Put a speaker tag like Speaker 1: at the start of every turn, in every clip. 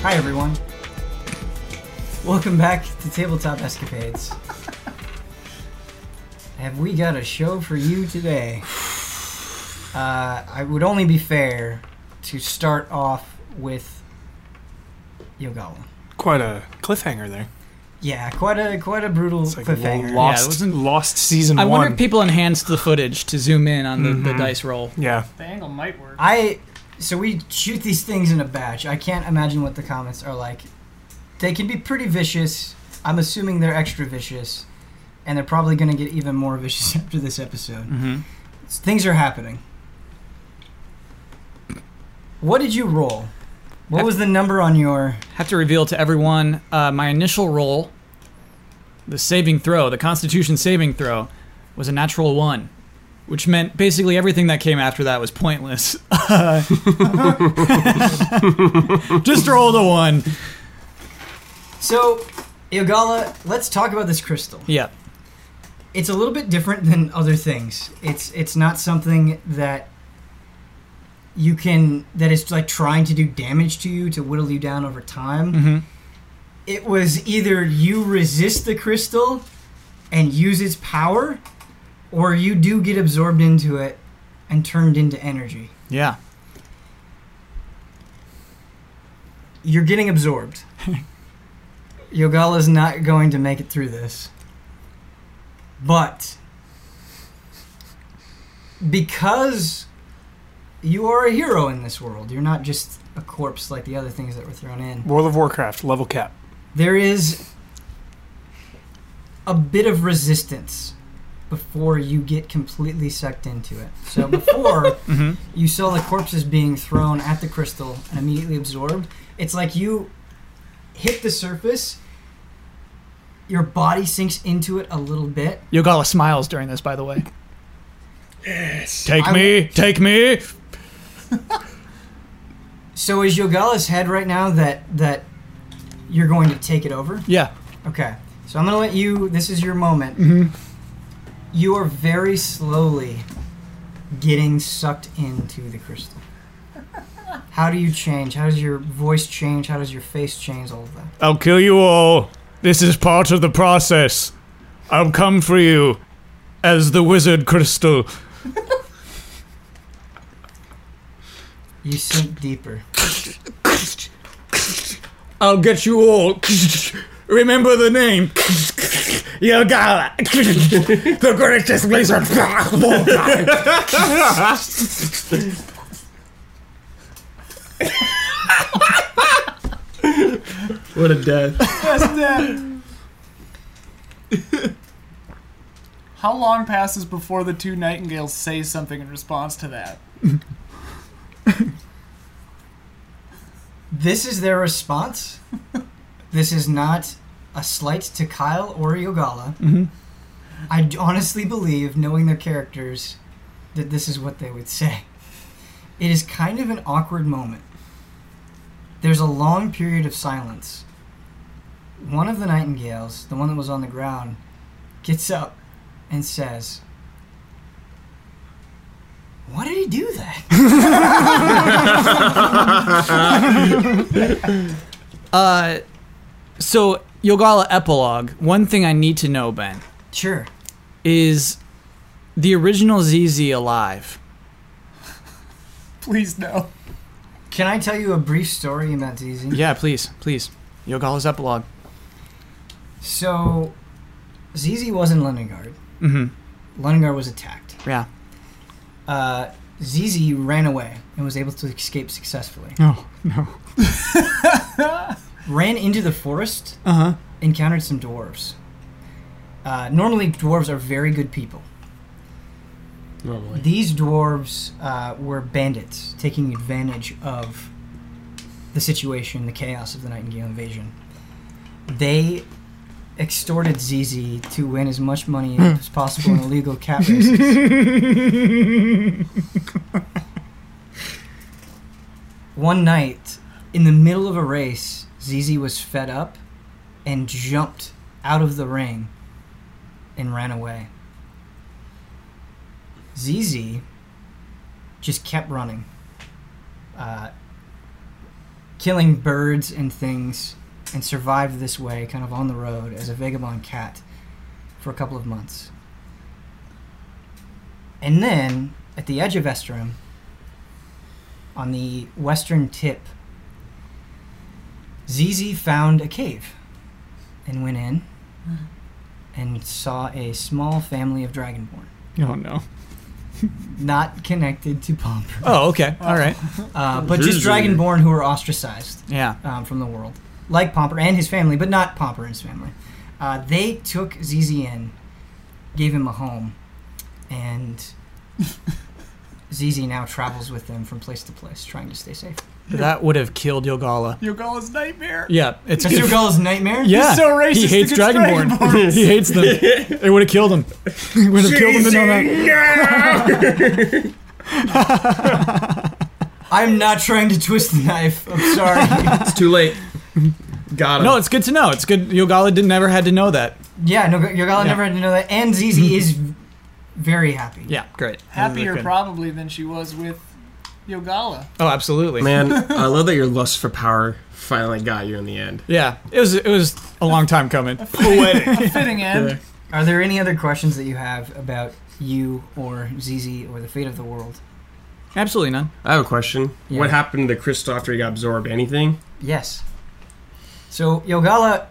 Speaker 1: Hi, everyone. Welcome back to Tabletop Escapades. Have we got a show for you today? Uh, I would only be fair to start off with Yogawa.
Speaker 2: Quite a cliffhanger there.
Speaker 1: Yeah, quite a quite a brutal
Speaker 2: like
Speaker 1: cliffhanger.
Speaker 2: lo- Lost.
Speaker 3: Yeah, it wasn't.
Speaker 2: Lost season
Speaker 3: I
Speaker 2: one. Mm-hmm.
Speaker 3: wonder if people enhanced the footage to zoom in on the, the dice roll.
Speaker 2: yeah,
Speaker 4: The angle might work.
Speaker 1: I so we shoot these things in a batch. I can't imagine what the comments are like. They can be pretty vicious. I'm assuming they're extra vicious, and they're probably going to get even more vicious after this episode.
Speaker 2: mm-hmm.
Speaker 1: S- Things are happening. What did you roll? What was the number on your?
Speaker 3: Have to reveal to everyone uh, my initial roll, the saving throw, the Constitution saving throw, was a natural one, which meant basically everything that came after that was pointless. Just roll the one.
Speaker 1: So, Yogala, let's talk about this crystal.
Speaker 3: Yeah.
Speaker 1: it's a little bit different than other things. It's it's not something that you can that is like trying to do damage to you to whittle you down over time.
Speaker 3: Mm-hmm.
Speaker 1: It was either you resist the crystal and use its power, or you do get absorbed into it and turned into energy.
Speaker 3: Yeah.
Speaker 1: You're getting absorbed. Yogala's not going to make it through this. But because you are a hero in this world, you're not just a corpse like the other things that were thrown in.
Speaker 2: World of Warcraft level cap.
Speaker 1: There is a bit of resistance before you get completely sucked into it. So before
Speaker 3: Mm-hmm.
Speaker 1: you saw the corpses being thrown at the crystal and immediately absorbed. It's like you hit the surface, your body sinks into it a little bit.
Speaker 3: Yogala smiles during this, by the way. Yes. Take
Speaker 1: I-
Speaker 3: me. Take me.
Speaker 1: So is Yogala's head right now that that you're going to take it over?
Speaker 3: Yeah.
Speaker 1: Okay. So I'm gonna let you. This is your moment.
Speaker 3: Mhm.
Speaker 1: You are very slowly getting sucked into the crystal. How do you change? How does your voice change? How does your face change? All of that.
Speaker 2: I'll kill you all. This is part of the process. I'll come for you as the wizard crystal.
Speaker 1: You sink deeper.
Speaker 2: I'll get you all. Remember the name. Yogala. the greatest wizard.
Speaker 5: What a death.
Speaker 4: How long passes before the two nightingales say something in response to that?
Speaker 1: This is their response. this is not a slight to Kyle or Yogala.
Speaker 3: Mhm.
Speaker 1: I d- honestly believe, knowing their characters, that this is what they would say. It is kind of an awkward moment. There's a long period of silence. One of the nightingales, the one that was on the ground, gets up and says, Why did he do that?
Speaker 3: Uh, so Yogala epilogue. One thing I need to know, Ben,
Speaker 1: Sure.
Speaker 3: is the original ZZ alive?
Speaker 4: Please no.
Speaker 1: Can I tell you a brief story about Zizi?
Speaker 3: Yeah, please, please. Yogala's epilogue.
Speaker 1: So, Zizi was in Leningard.
Speaker 3: Mm-hmm.
Speaker 1: Leningard was attacked.
Speaker 3: Yeah.
Speaker 1: Uh, Zizi ran away and was able to escape successfully.
Speaker 3: No, no.
Speaker 1: Ran into the forest,
Speaker 3: Uh huh.
Speaker 1: encountered some dwarves. Uh, normally, dwarves are very good people.
Speaker 5: Normally.
Speaker 1: These dwarves uh, were bandits taking advantage of the situation, the chaos of the Nightingale invasion. They extorted Zizi to win as much money as possible in illegal cat races. One night, in the middle of a race, Zizi was fed up and jumped out of the ring and ran away. ZZ just kept running. Uh, killing birds and things and survived this way, kind of on the road, as a vagabond cat for a couple of months. And then, at the edge of Esterum, on the western tip, ZZ found a cave and went in and saw a small family of dragonborn,
Speaker 3: Oh no.
Speaker 1: not connected to Pomper,
Speaker 3: Oh okay. All right.
Speaker 1: uh, but just
Speaker 5: ZZ.
Speaker 1: dragonborn who were ostracized
Speaker 3: Yeah.
Speaker 1: um, from the world, like Pomper and his family, but not Pomper and his family. Uh, they took ZZ in, gave him a home, and ZZ now travels with them from place to place, trying to stay safe.
Speaker 3: That would have killed Yogala.
Speaker 4: Yogala's nightmare.
Speaker 3: Yeah. It's
Speaker 1: That's your
Speaker 3: good.
Speaker 1: goal is nightmare.
Speaker 3: Yeah.
Speaker 4: He's so racist
Speaker 3: He hates
Speaker 4: against
Speaker 3: Dragonborn.
Speaker 4: Dragonborns.
Speaker 3: he hates them. It would have killed him. It would have killed him to know that.
Speaker 1: I'm not trying to twist the knife. I'm sorry.
Speaker 5: It's too late. Got him.
Speaker 3: No, it's good to know. It's good. Yogala didn't never had to know that.
Speaker 1: yeah, no, your girl never had to know that. And Zizi is very happy.
Speaker 3: Yeah. Great.
Speaker 4: Happier
Speaker 3: Good.
Speaker 4: probably than she was with Yogala.
Speaker 3: Oh, absolutely.
Speaker 5: Man, I love that your lust for power finally got you in the end.
Speaker 3: Yeah. It was. It was a long time coming.
Speaker 5: Poetic.
Speaker 4: A fitting end.
Speaker 1: Are there any other questions that you have about you or Zizi or the fate of the world?
Speaker 3: Absolutely none.
Speaker 5: I have a question.
Speaker 1: Yeah.
Speaker 5: What happened to Kristoff after he got absorbed? Anything?
Speaker 1: Yes. So, Yogala,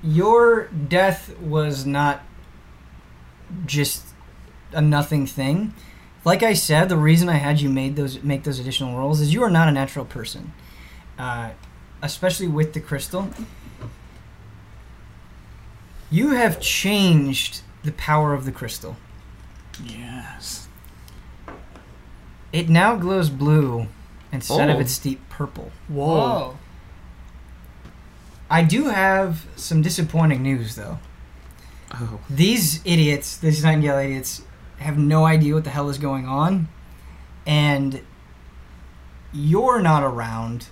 Speaker 1: your death was not just a nothing thing. Like I said, the reason I had you made those make those additional rolls is you are not a natural person, uh, especially with the crystal. You have changed the power of the crystal.
Speaker 3: Yes.
Speaker 1: It now glows blue instead of
Speaker 5: Oh.
Speaker 1: its deep purple.
Speaker 3: Whoa.
Speaker 4: Whoa.
Speaker 1: I do have some disappointing news, though.
Speaker 5: Oh.
Speaker 1: These idiots, these Nightingale idiots, have no idea what the hell is going on, and you're not around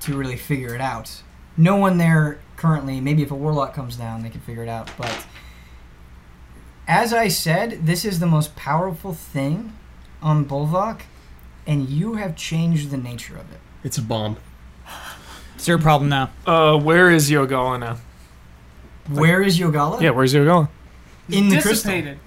Speaker 1: to really figure it out. No one there currently, maybe if a warlock comes down, they can figure it out, but as I said, this is the most powerful thing on Bulvok, and you have changed the nature of it.
Speaker 5: It's a bomb.
Speaker 3: It's your problem now.
Speaker 6: Uh, where is Yogala now?
Speaker 1: Where is Yogala?
Speaker 6: Yeah, where's Yogala?
Speaker 1: In the crystal.
Speaker 4: Dissipated.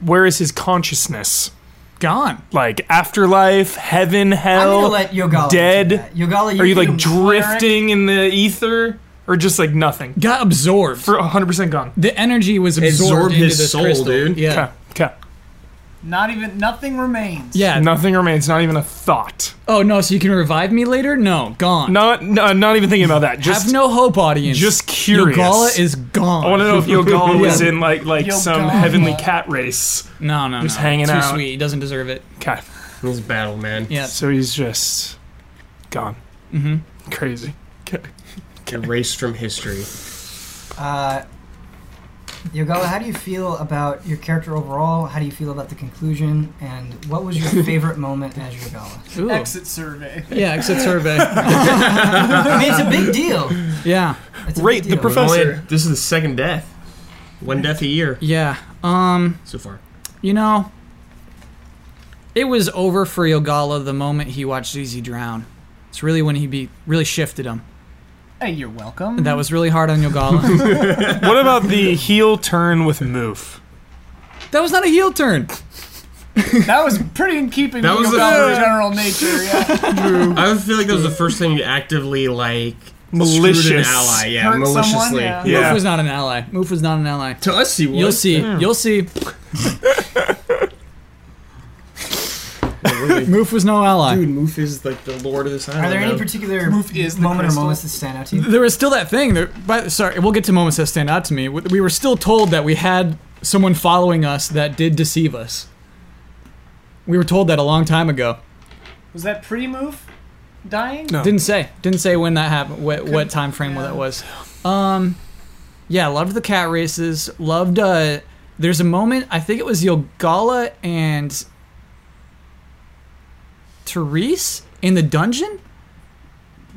Speaker 6: Where is his consciousness?
Speaker 3: Gone.
Speaker 6: Like afterlife, heaven,
Speaker 1: I'm gonna
Speaker 6: hell?
Speaker 1: let Yogala.
Speaker 6: dead.
Speaker 1: do that. Yogala, you
Speaker 6: Are you like
Speaker 1: can-
Speaker 6: drifting in the ether, or just like nothing?
Speaker 3: Got absorbed.
Speaker 6: For 100% gone.
Speaker 3: the energy was absorbed,
Speaker 5: Absorbed
Speaker 3: into
Speaker 5: his
Speaker 3: this
Speaker 5: soul,
Speaker 3: crystal.
Speaker 5: dude.
Speaker 3: Yeah.
Speaker 6: Okay. Okay.
Speaker 4: Not even nothing remains.
Speaker 3: Yeah.
Speaker 6: Nothing remains. Not even a thought.
Speaker 3: Oh no. So you can revive me later? No. Gone.
Speaker 6: Not. No, not even thinking about that. Just.
Speaker 3: Have no hope, audience.
Speaker 6: just curious.
Speaker 3: Yogala is gone.
Speaker 6: I want to know if Yogala was
Speaker 3: Yeah.
Speaker 6: in like like some
Speaker 4: Yogala.
Speaker 6: heavenly cat race.
Speaker 3: No, no,
Speaker 6: Just
Speaker 3: no.
Speaker 6: hanging
Speaker 3: Too
Speaker 6: out.
Speaker 3: sweet. He doesn't deserve it.
Speaker 6: Okay.
Speaker 5: This battle, man.
Speaker 3: Yeah.
Speaker 6: So he's just gone.
Speaker 3: Mm-hmm.
Speaker 6: Crazy.
Speaker 5: Erased from history.
Speaker 1: Uh, Yogala, how do you feel about your character overall? How do you feel about the conclusion? And what was your favorite moment as Yogala?
Speaker 3: Ooh.
Speaker 4: Exit survey.
Speaker 3: Yeah. Exit survey.
Speaker 1: I mean, it's a big deal.
Speaker 3: yeah.
Speaker 1: It's a
Speaker 6: Rate
Speaker 1: big
Speaker 6: the
Speaker 1: deal.
Speaker 6: professor.
Speaker 5: Only- this is the second death. One death a year
Speaker 3: Yeah. Um.
Speaker 5: so far.
Speaker 3: You know. It was over for Yogala the moment he watched Easy drown. It's really when he be really shifted him.
Speaker 4: Hey, you're welcome.
Speaker 3: That was really hard on Yogala.
Speaker 6: What about the heel turn with move?
Speaker 3: that was not a heel turn.
Speaker 4: that was pretty in keeping
Speaker 5: That
Speaker 4: with
Speaker 5: was the-
Speaker 4: Yogala's general nature. Yeah.
Speaker 5: I would feel like that was the first thing you actively like screwed an
Speaker 6: Malicious.
Speaker 5: ally. Yeah,
Speaker 4: Hurt someone,
Speaker 5: maliciously.
Speaker 4: yeah.
Speaker 3: Moof
Speaker 6: Yeah.
Speaker 3: was not an ally. Moof was not an ally.
Speaker 5: To us, he was.
Speaker 3: You'll see. You'll see. Moof was no ally.
Speaker 5: Dude, Moof is like the lord of this island.
Speaker 1: Are there any
Speaker 5: bro.
Speaker 1: particular
Speaker 4: Move is the
Speaker 1: moment or
Speaker 4: crystal.
Speaker 1: moments that stand out to you?
Speaker 3: There was still that thing. That, but sorry, we'll get to moments that stand out to me. We we were still told that we had someone following us that did deceive us. We were told that a long time ago.
Speaker 4: Was that pre-move? Dying?
Speaker 6: No.
Speaker 3: Didn't say. Didn't say when that happened. What, what
Speaker 4: Couldn't-
Speaker 3: time frame
Speaker 4: yeah.
Speaker 3: that was. Um, yeah, loved the cat races. Loved. Uh, there's a moment. I think it was Yogala and Therese in the dungeon.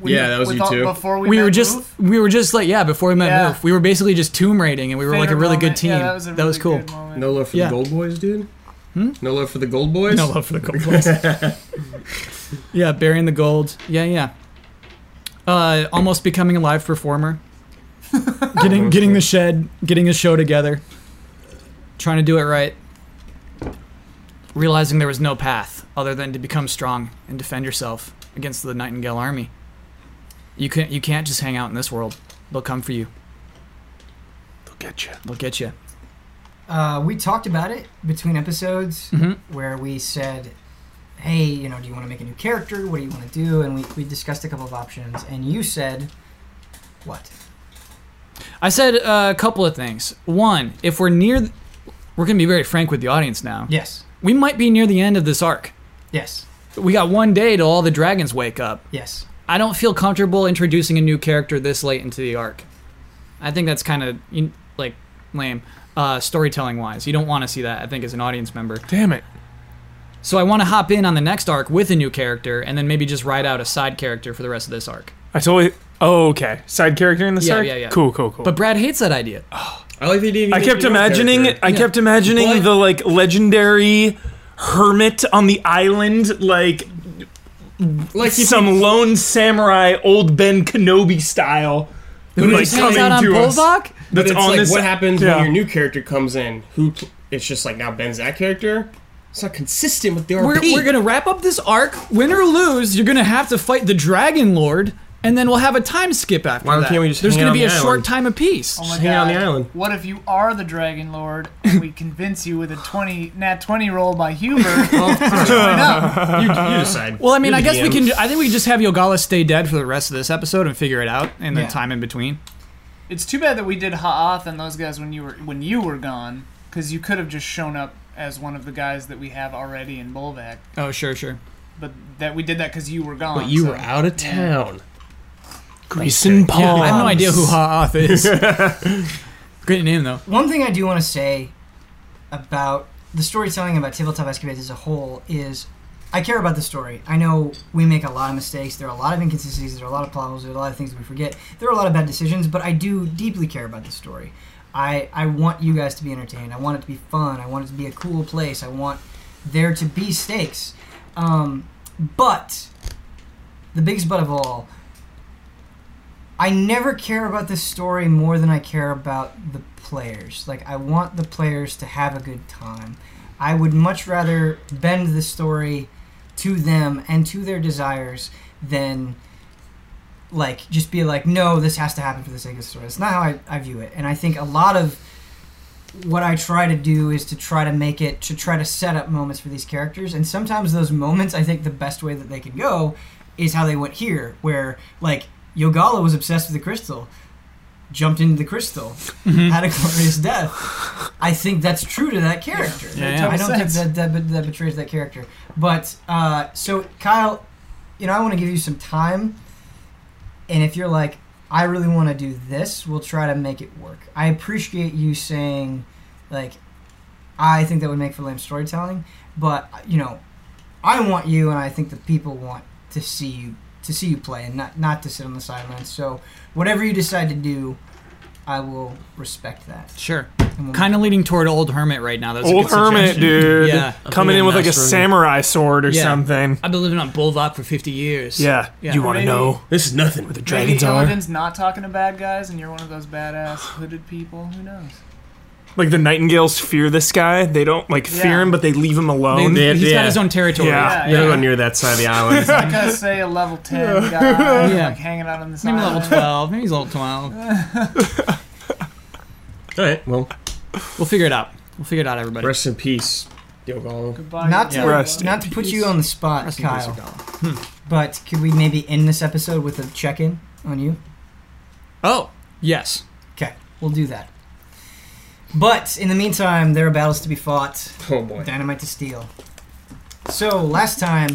Speaker 4: When-
Speaker 5: Yeah, that was you
Speaker 4: without-
Speaker 5: too.
Speaker 4: Before we,
Speaker 3: We,
Speaker 4: met
Speaker 3: were just.
Speaker 4: Move?
Speaker 3: We were just like yeah. Before we met
Speaker 4: Yeah.
Speaker 3: Murph, we were basically just tomb raiding, and we were like a
Speaker 4: Favorite
Speaker 3: really good
Speaker 4: moment.
Speaker 3: team.
Speaker 4: Yeah, that was, a
Speaker 3: that was cool.
Speaker 4: really good moment.
Speaker 5: No love for
Speaker 3: Yeah.
Speaker 5: the gold boys, dude. No love for the gold boys.
Speaker 3: No love for the gold boys. yeah, burying the gold. Yeah, yeah. Uh, almost becoming a live performer. getting getting the shed, getting a show together. Trying to do it right. Realizing there was no path other than to become strong and defend yourself against the Nightingale army. You can't you can't just hang out in this world. They'll come for you.
Speaker 2: They'll get you.
Speaker 3: They'll get you.
Speaker 1: Uh, we talked about it between episodes
Speaker 3: Mhm.
Speaker 1: where we said, hey, you know, do you want to make a new character? What do you want to do? And we, we discussed a couple of options. And you said, what?
Speaker 3: I said uh, a couple of things. One, if we're near, th- we're gonna be very frank with the audience now.
Speaker 1: Yes.
Speaker 3: We might be near the end of this arc.
Speaker 1: Yes.
Speaker 3: We got one day till all the dragons wake up.
Speaker 1: Yes.
Speaker 3: I don't feel comfortable introducing a new character this late into the arc. I think that's kind of like lame, uh, storytelling wise. You don't want to see that. I think as an audience member.
Speaker 6: Damn it.
Speaker 3: So I want to hop in on the next arc with a new character, and then maybe just ride out a side character for the rest of this arc.
Speaker 6: I totally. Oh, okay. Side character in the
Speaker 3: Yeah,
Speaker 6: arc?
Speaker 3: yeah, yeah.
Speaker 6: Cool, cool, cool.
Speaker 3: But Brad hates that idea.
Speaker 6: Oh,
Speaker 5: I like the idea. of
Speaker 6: I
Speaker 5: you
Speaker 6: kept
Speaker 5: making your own
Speaker 6: imagining.
Speaker 5: character.
Speaker 6: I
Speaker 3: Yeah.
Speaker 6: kept imagining
Speaker 3: But-
Speaker 6: the like legendary hermit on the island, like
Speaker 5: Like you
Speaker 6: some lone samurai, old Ben Kenobi style.
Speaker 3: Who
Speaker 6: like,
Speaker 3: just hangs
Speaker 6: coming
Speaker 3: out on
Speaker 6: to us.
Speaker 3: Polvok?
Speaker 5: But
Speaker 6: That's
Speaker 5: it's
Speaker 6: on
Speaker 5: like
Speaker 6: this.
Speaker 5: what happens
Speaker 6: yeah.
Speaker 5: when your new character comes in. Who it's just like now Ben's that character. It's not consistent with the RP.
Speaker 3: We're, we're gonna wrap up this arc. Win or lose, you're gonna have to fight the Dragon Lord, and then we'll have a time skip after
Speaker 5: Why
Speaker 3: that.
Speaker 5: can't we just
Speaker 3: There's
Speaker 5: hang
Speaker 3: gonna
Speaker 5: out
Speaker 3: be
Speaker 5: on
Speaker 3: a
Speaker 5: the
Speaker 3: short
Speaker 5: island?
Speaker 3: time apiece.
Speaker 4: Oh my
Speaker 5: hang out on
Speaker 4: God.
Speaker 5: the island.
Speaker 4: What if you are the Dragon Lord and we convince you with a 20 nat 20 roll by Huber to join up?
Speaker 5: you, you decide.
Speaker 3: Well, I mean,
Speaker 5: You're
Speaker 3: I
Speaker 5: the
Speaker 3: guess we
Speaker 5: DM.
Speaker 3: can. I think we just have Yogala stay dead for the rest of this episode and figure it out, and the
Speaker 1: Yeah.
Speaker 3: time in between.
Speaker 4: It's too bad that we did Haath and those guys when you were when you were gone cuz you could have just shown up as one of the guys that we have already in Bolvac,
Speaker 3: Oh, sure, sure.
Speaker 4: but that we did that cuz you were gone.
Speaker 5: But you
Speaker 4: so-
Speaker 5: were out of town.
Speaker 6: Greason Paul.
Speaker 3: Yeah, Oh, I have no idea who Haath is. Great name though.
Speaker 1: One thing I do want to say about the storytelling about tabletop escapades as a whole is I care about the story. I know we make a lot of mistakes. There are a lot of inconsistencies. There are a lot of plot holes. There are a lot of things that we forget. There are a lot of bad decisions, but I do deeply care about the story. I, I want you guys to be entertained. I want it to be fun. I want it to be a cool place. I want there to be stakes. Um, but, the biggest but of all, I never care about the story more than I care about the players. Like I want the players to have a good time. I would much rather bend the story to them and to their desires than like just be like, no, this has to happen for the sake of the story. That's not how I, I view it. And I think a lot of what I try to do is to try to make it to try to set up moments for these characters. And sometimes those moments I think the best way that they can go is how they went here, where like Yogala was obsessed with the crystal, jumped into the crystal, had a glorious death. I think that's true to that character.
Speaker 3: Yeah, yeah.
Speaker 1: I don't think
Speaker 4: Sense.
Speaker 1: that, that bet- that betrays that character. But uh, so Kyle, you know, I want to give you some time, and if you're like, I really want to do this, we'll try to make it work. I appreciate you saying, like, I think that would make for lame storytelling, but you know, I want you, and I think the people want to see you to see you play, and not not to sit on the sidelines. So whatever you decide to do, I will respect that.
Speaker 3: Sure.
Speaker 1: And we'll-
Speaker 3: Kind of leaning toward old hermit right now. That's a
Speaker 6: Old
Speaker 3: good
Speaker 6: hermit,
Speaker 3: suggestion.
Speaker 6: dude.
Speaker 3: Yeah. I'm
Speaker 6: Coming in
Speaker 5: thinking
Speaker 6: with like a
Speaker 5: master.
Speaker 6: samurai sword or
Speaker 3: Yeah.
Speaker 6: something.
Speaker 3: I've been living on Bulvok for 50 years.
Speaker 6: Yeah.
Speaker 3: Yeah.
Speaker 6: You want to
Speaker 4: Maybe-
Speaker 6: know
Speaker 5: This is nothing.
Speaker 6: where the
Speaker 4: Maybe
Speaker 6: dragons are?
Speaker 4: Illidan's not talking to bad guys and you're one of those badass hooded people, who knows?
Speaker 6: Like the nightingales fear this guy. They don't like fear
Speaker 4: Yeah.
Speaker 6: him, but they leave him
Speaker 3: They,
Speaker 6: alone.
Speaker 5: They-
Speaker 3: has
Speaker 5: yeah.
Speaker 3: got his own territory.
Speaker 6: Yeah.
Speaker 5: You don't go near that side of the island.
Speaker 4: I gotta say a level ten guy,
Speaker 3: Yeah.
Speaker 4: like hanging out on the
Speaker 3: Maybe
Speaker 4: side.
Speaker 3: level 12. Maybe he's level 12.
Speaker 5: All right. Well,
Speaker 3: We'll figure it out. We'll figure it out, everybody.
Speaker 5: rest in peace, Yogalo.
Speaker 4: Goodbye.
Speaker 1: Not to
Speaker 3: Yeah.
Speaker 6: Rest
Speaker 1: not to put you on the spot,
Speaker 3: Rest in peace,
Speaker 1: Kyle.
Speaker 3: Yogala.
Speaker 1: But could we maybe end this episode with a check in on you?
Speaker 3: Oh, yes.
Speaker 1: Okay, we'll do that. But in the meantime, there are battles to be fought,
Speaker 5: Oh boy.
Speaker 1: dynamite to steal. So last time,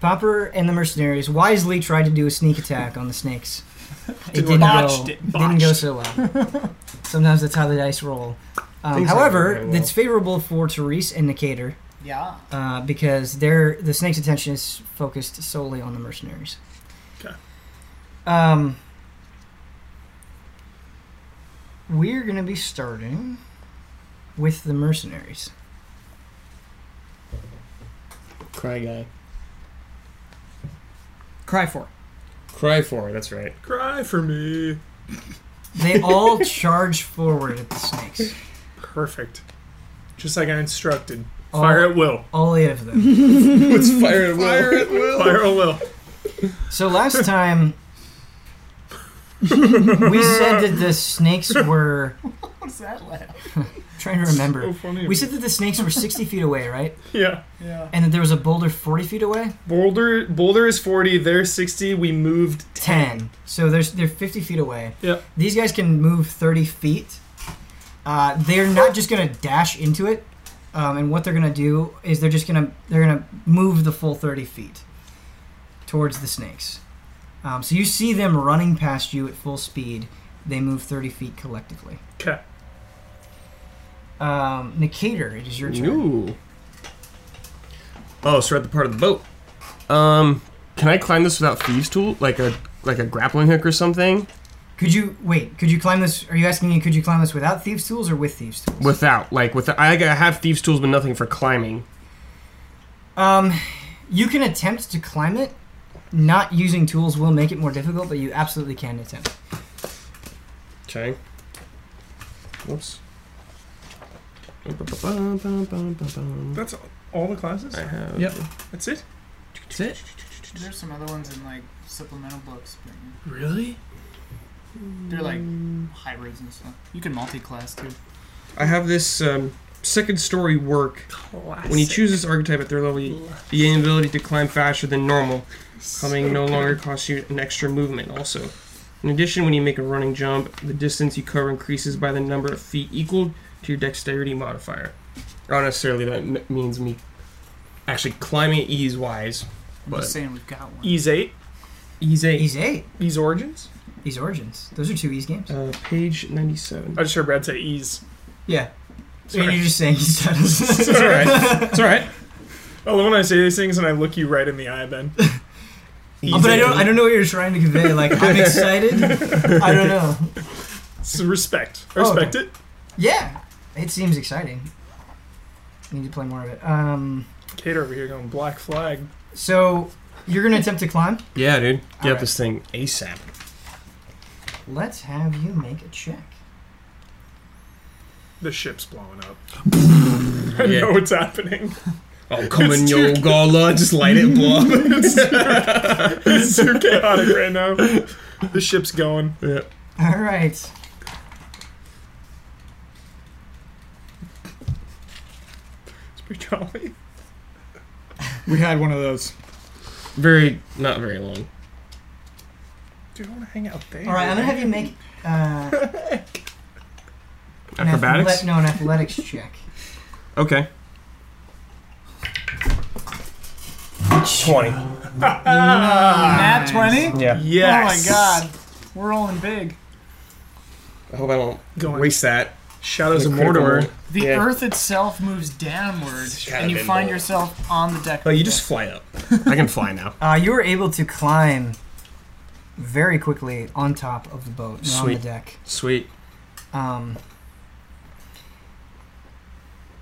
Speaker 1: Popper and the mercenaries wisely tried to do a sneak attack on the snakes. It didn't
Speaker 4: Botched
Speaker 1: go,
Speaker 4: it,
Speaker 1: Didn't go so well. Sometimes that's how the dice roll. Um,
Speaker 5: Things don't go
Speaker 1: however,
Speaker 5: very well.
Speaker 1: it's favorable for Therese and Nicator
Speaker 4: Yeah.
Speaker 1: uh, because their the snake's attention is focused solely on the mercenaries.
Speaker 6: Okay.
Speaker 1: Um, we're gonna be starting with the mercenaries.
Speaker 5: Cry guy.
Speaker 3: Cry for.
Speaker 7: Cry for. That's right.
Speaker 6: Cry for me.
Speaker 1: They all charge forward at the snakes.
Speaker 6: Perfect. Just like I instructed.
Speaker 1: All-
Speaker 6: Fire at will.
Speaker 1: All eight of them.
Speaker 7: It's fire at will. Fire at will.
Speaker 6: Fire at will.
Speaker 1: So last time, we said that the snakes were.
Speaker 4: What's that laugh?
Speaker 1: Trying to remember.
Speaker 6: funny.
Speaker 1: We said that the snakes were 60 feet away, right?
Speaker 6: Yeah.
Speaker 4: Yeah.
Speaker 1: And that there was a boulder 40 feet away?
Speaker 6: Boulder Boulder is 40, they're 60. We moved
Speaker 1: 10. So there's, they're 50 feet away.
Speaker 6: Yep.
Speaker 1: These guys can move 30 feet. Uh, they're not just going to dash into it. Um, and what they're going to do is they're just going to they're going to move the full 30 feet towards the snakes. Um, so you see them running past you at full speed. They move 30 feet collectively.
Speaker 6: Okay.
Speaker 1: Um, Nicator, it is your turn.
Speaker 7: Ooh. Oh, so we're at the part of the boat. Um, can I climb this without thieves' tool, like a like a grappling hook or something?
Speaker 1: Could you wait? Could you climb this? Are you asking me? Could you climb this without thieves' tools or with thieves' tools?
Speaker 7: Without, like, with I I have thieves' tools, but nothing for climbing.
Speaker 1: Um, you can attempt to climb it. Not using tools will make it more difficult, but you absolutely can attempt.
Speaker 7: Okay. Whoops. I
Speaker 6: That's all the classes?
Speaker 7: have.
Speaker 3: Yep.
Speaker 6: That's it?
Speaker 3: That's it.
Speaker 4: There's some other ones in like supplemental books. But
Speaker 6: Really?
Speaker 4: they're like hybrids and stuff. You can multi-class too.
Speaker 7: I have this um, second story work.
Speaker 6: Classic.
Speaker 7: When you choose this archetype at third level, you you gain the ability to climb faster than normal. Climbing no longer costs you an extra movement, also. In addition, when you make a running jump, the distance you cover increases by the number of feet equal to your dexterity modifier. Not necessarily that m- means me actually climbing ease wise,
Speaker 4: I'm just
Speaker 7: but
Speaker 4: saying we've got one.
Speaker 6: Ease 8,
Speaker 7: ease eight.
Speaker 1: Ease eight.
Speaker 6: Ease Origins?
Speaker 1: Ease origins. Those are two ease games.
Speaker 7: Uh, page 97.
Speaker 6: I just heard Brad say Ease.
Speaker 1: Yeah. And you're just saying he's titles.
Speaker 7: It's alright. It's alright.
Speaker 6: I love when I say these things and I look you right in the eye, Ben.
Speaker 1: Oh, but I don't. I don't know what you're trying to convey. Like I'm excited. I don't know.
Speaker 6: So respect. I
Speaker 1: Oh, okay.
Speaker 6: respect it.
Speaker 1: Yeah. It seems exciting. Need to play more of it. Um.
Speaker 6: Kate over here going black flag.
Speaker 1: So you're gonna attempt to climb.
Speaker 7: Yeah, dude. Get
Speaker 1: Alright.
Speaker 7: up this thing ASAP.
Speaker 1: Let's have you make a check.
Speaker 6: The ship's blowing up. I
Speaker 7: Yeah.
Speaker 6: know what's happening.
Speaker 7: Oh, come in, yo, Gala. Just light it, blob.
Speaker 6: It's too chaotic right now. The ship's going.
Speaker 7: yeah.
Speaker 1: All right.
Speaker 6: It's pretty jolly.
Speaker 3: We had one of those.
Speaker 7: Very, not very long.
Speaker 6: Dude, I want to hang out there.
Speaker 1: All right. I'm gonna have you make uh, an
Speaker 7: Acrobatics?
Speaker 1: athle- no, an athletics check.
Speaker 7: Okay. 20.
Speaker 4: Nat twenty.
Speaker 7: Yeah.
Speaker 6: Yes.
Speaker 4: Oh my god, we're rolling big.
Speaker 7: I hope I don't
Speaker 6: Going.
Speaker 7: waste that.
Speaker 6: Shadows of
Speaker 7: The critical
Speaker 6: Mordor.
Speaker 7: roll.
Speaker 4: The
Speaker 7: Yeah.
Speaker 4: Earth itself moves downward,
Speaker 7: gotta
Speaker 4: and you
Speaker 7: been
Speaker 4: find
Speaker 7: bold.
Speaker 4: yourself on the deck.
Speaker 7: Oh,
Speaker 4: of
Speaker 7: you
Speaker 4: the
Speaker 7: just fly up. I can fly now.
Speaker 1: Uh, you were able to climb very quickly on top of the boat and on the
Speaker 7: Sweet.
Speaker 1: deck.
Speaker 7: Sweet.
Speaker 1: Um,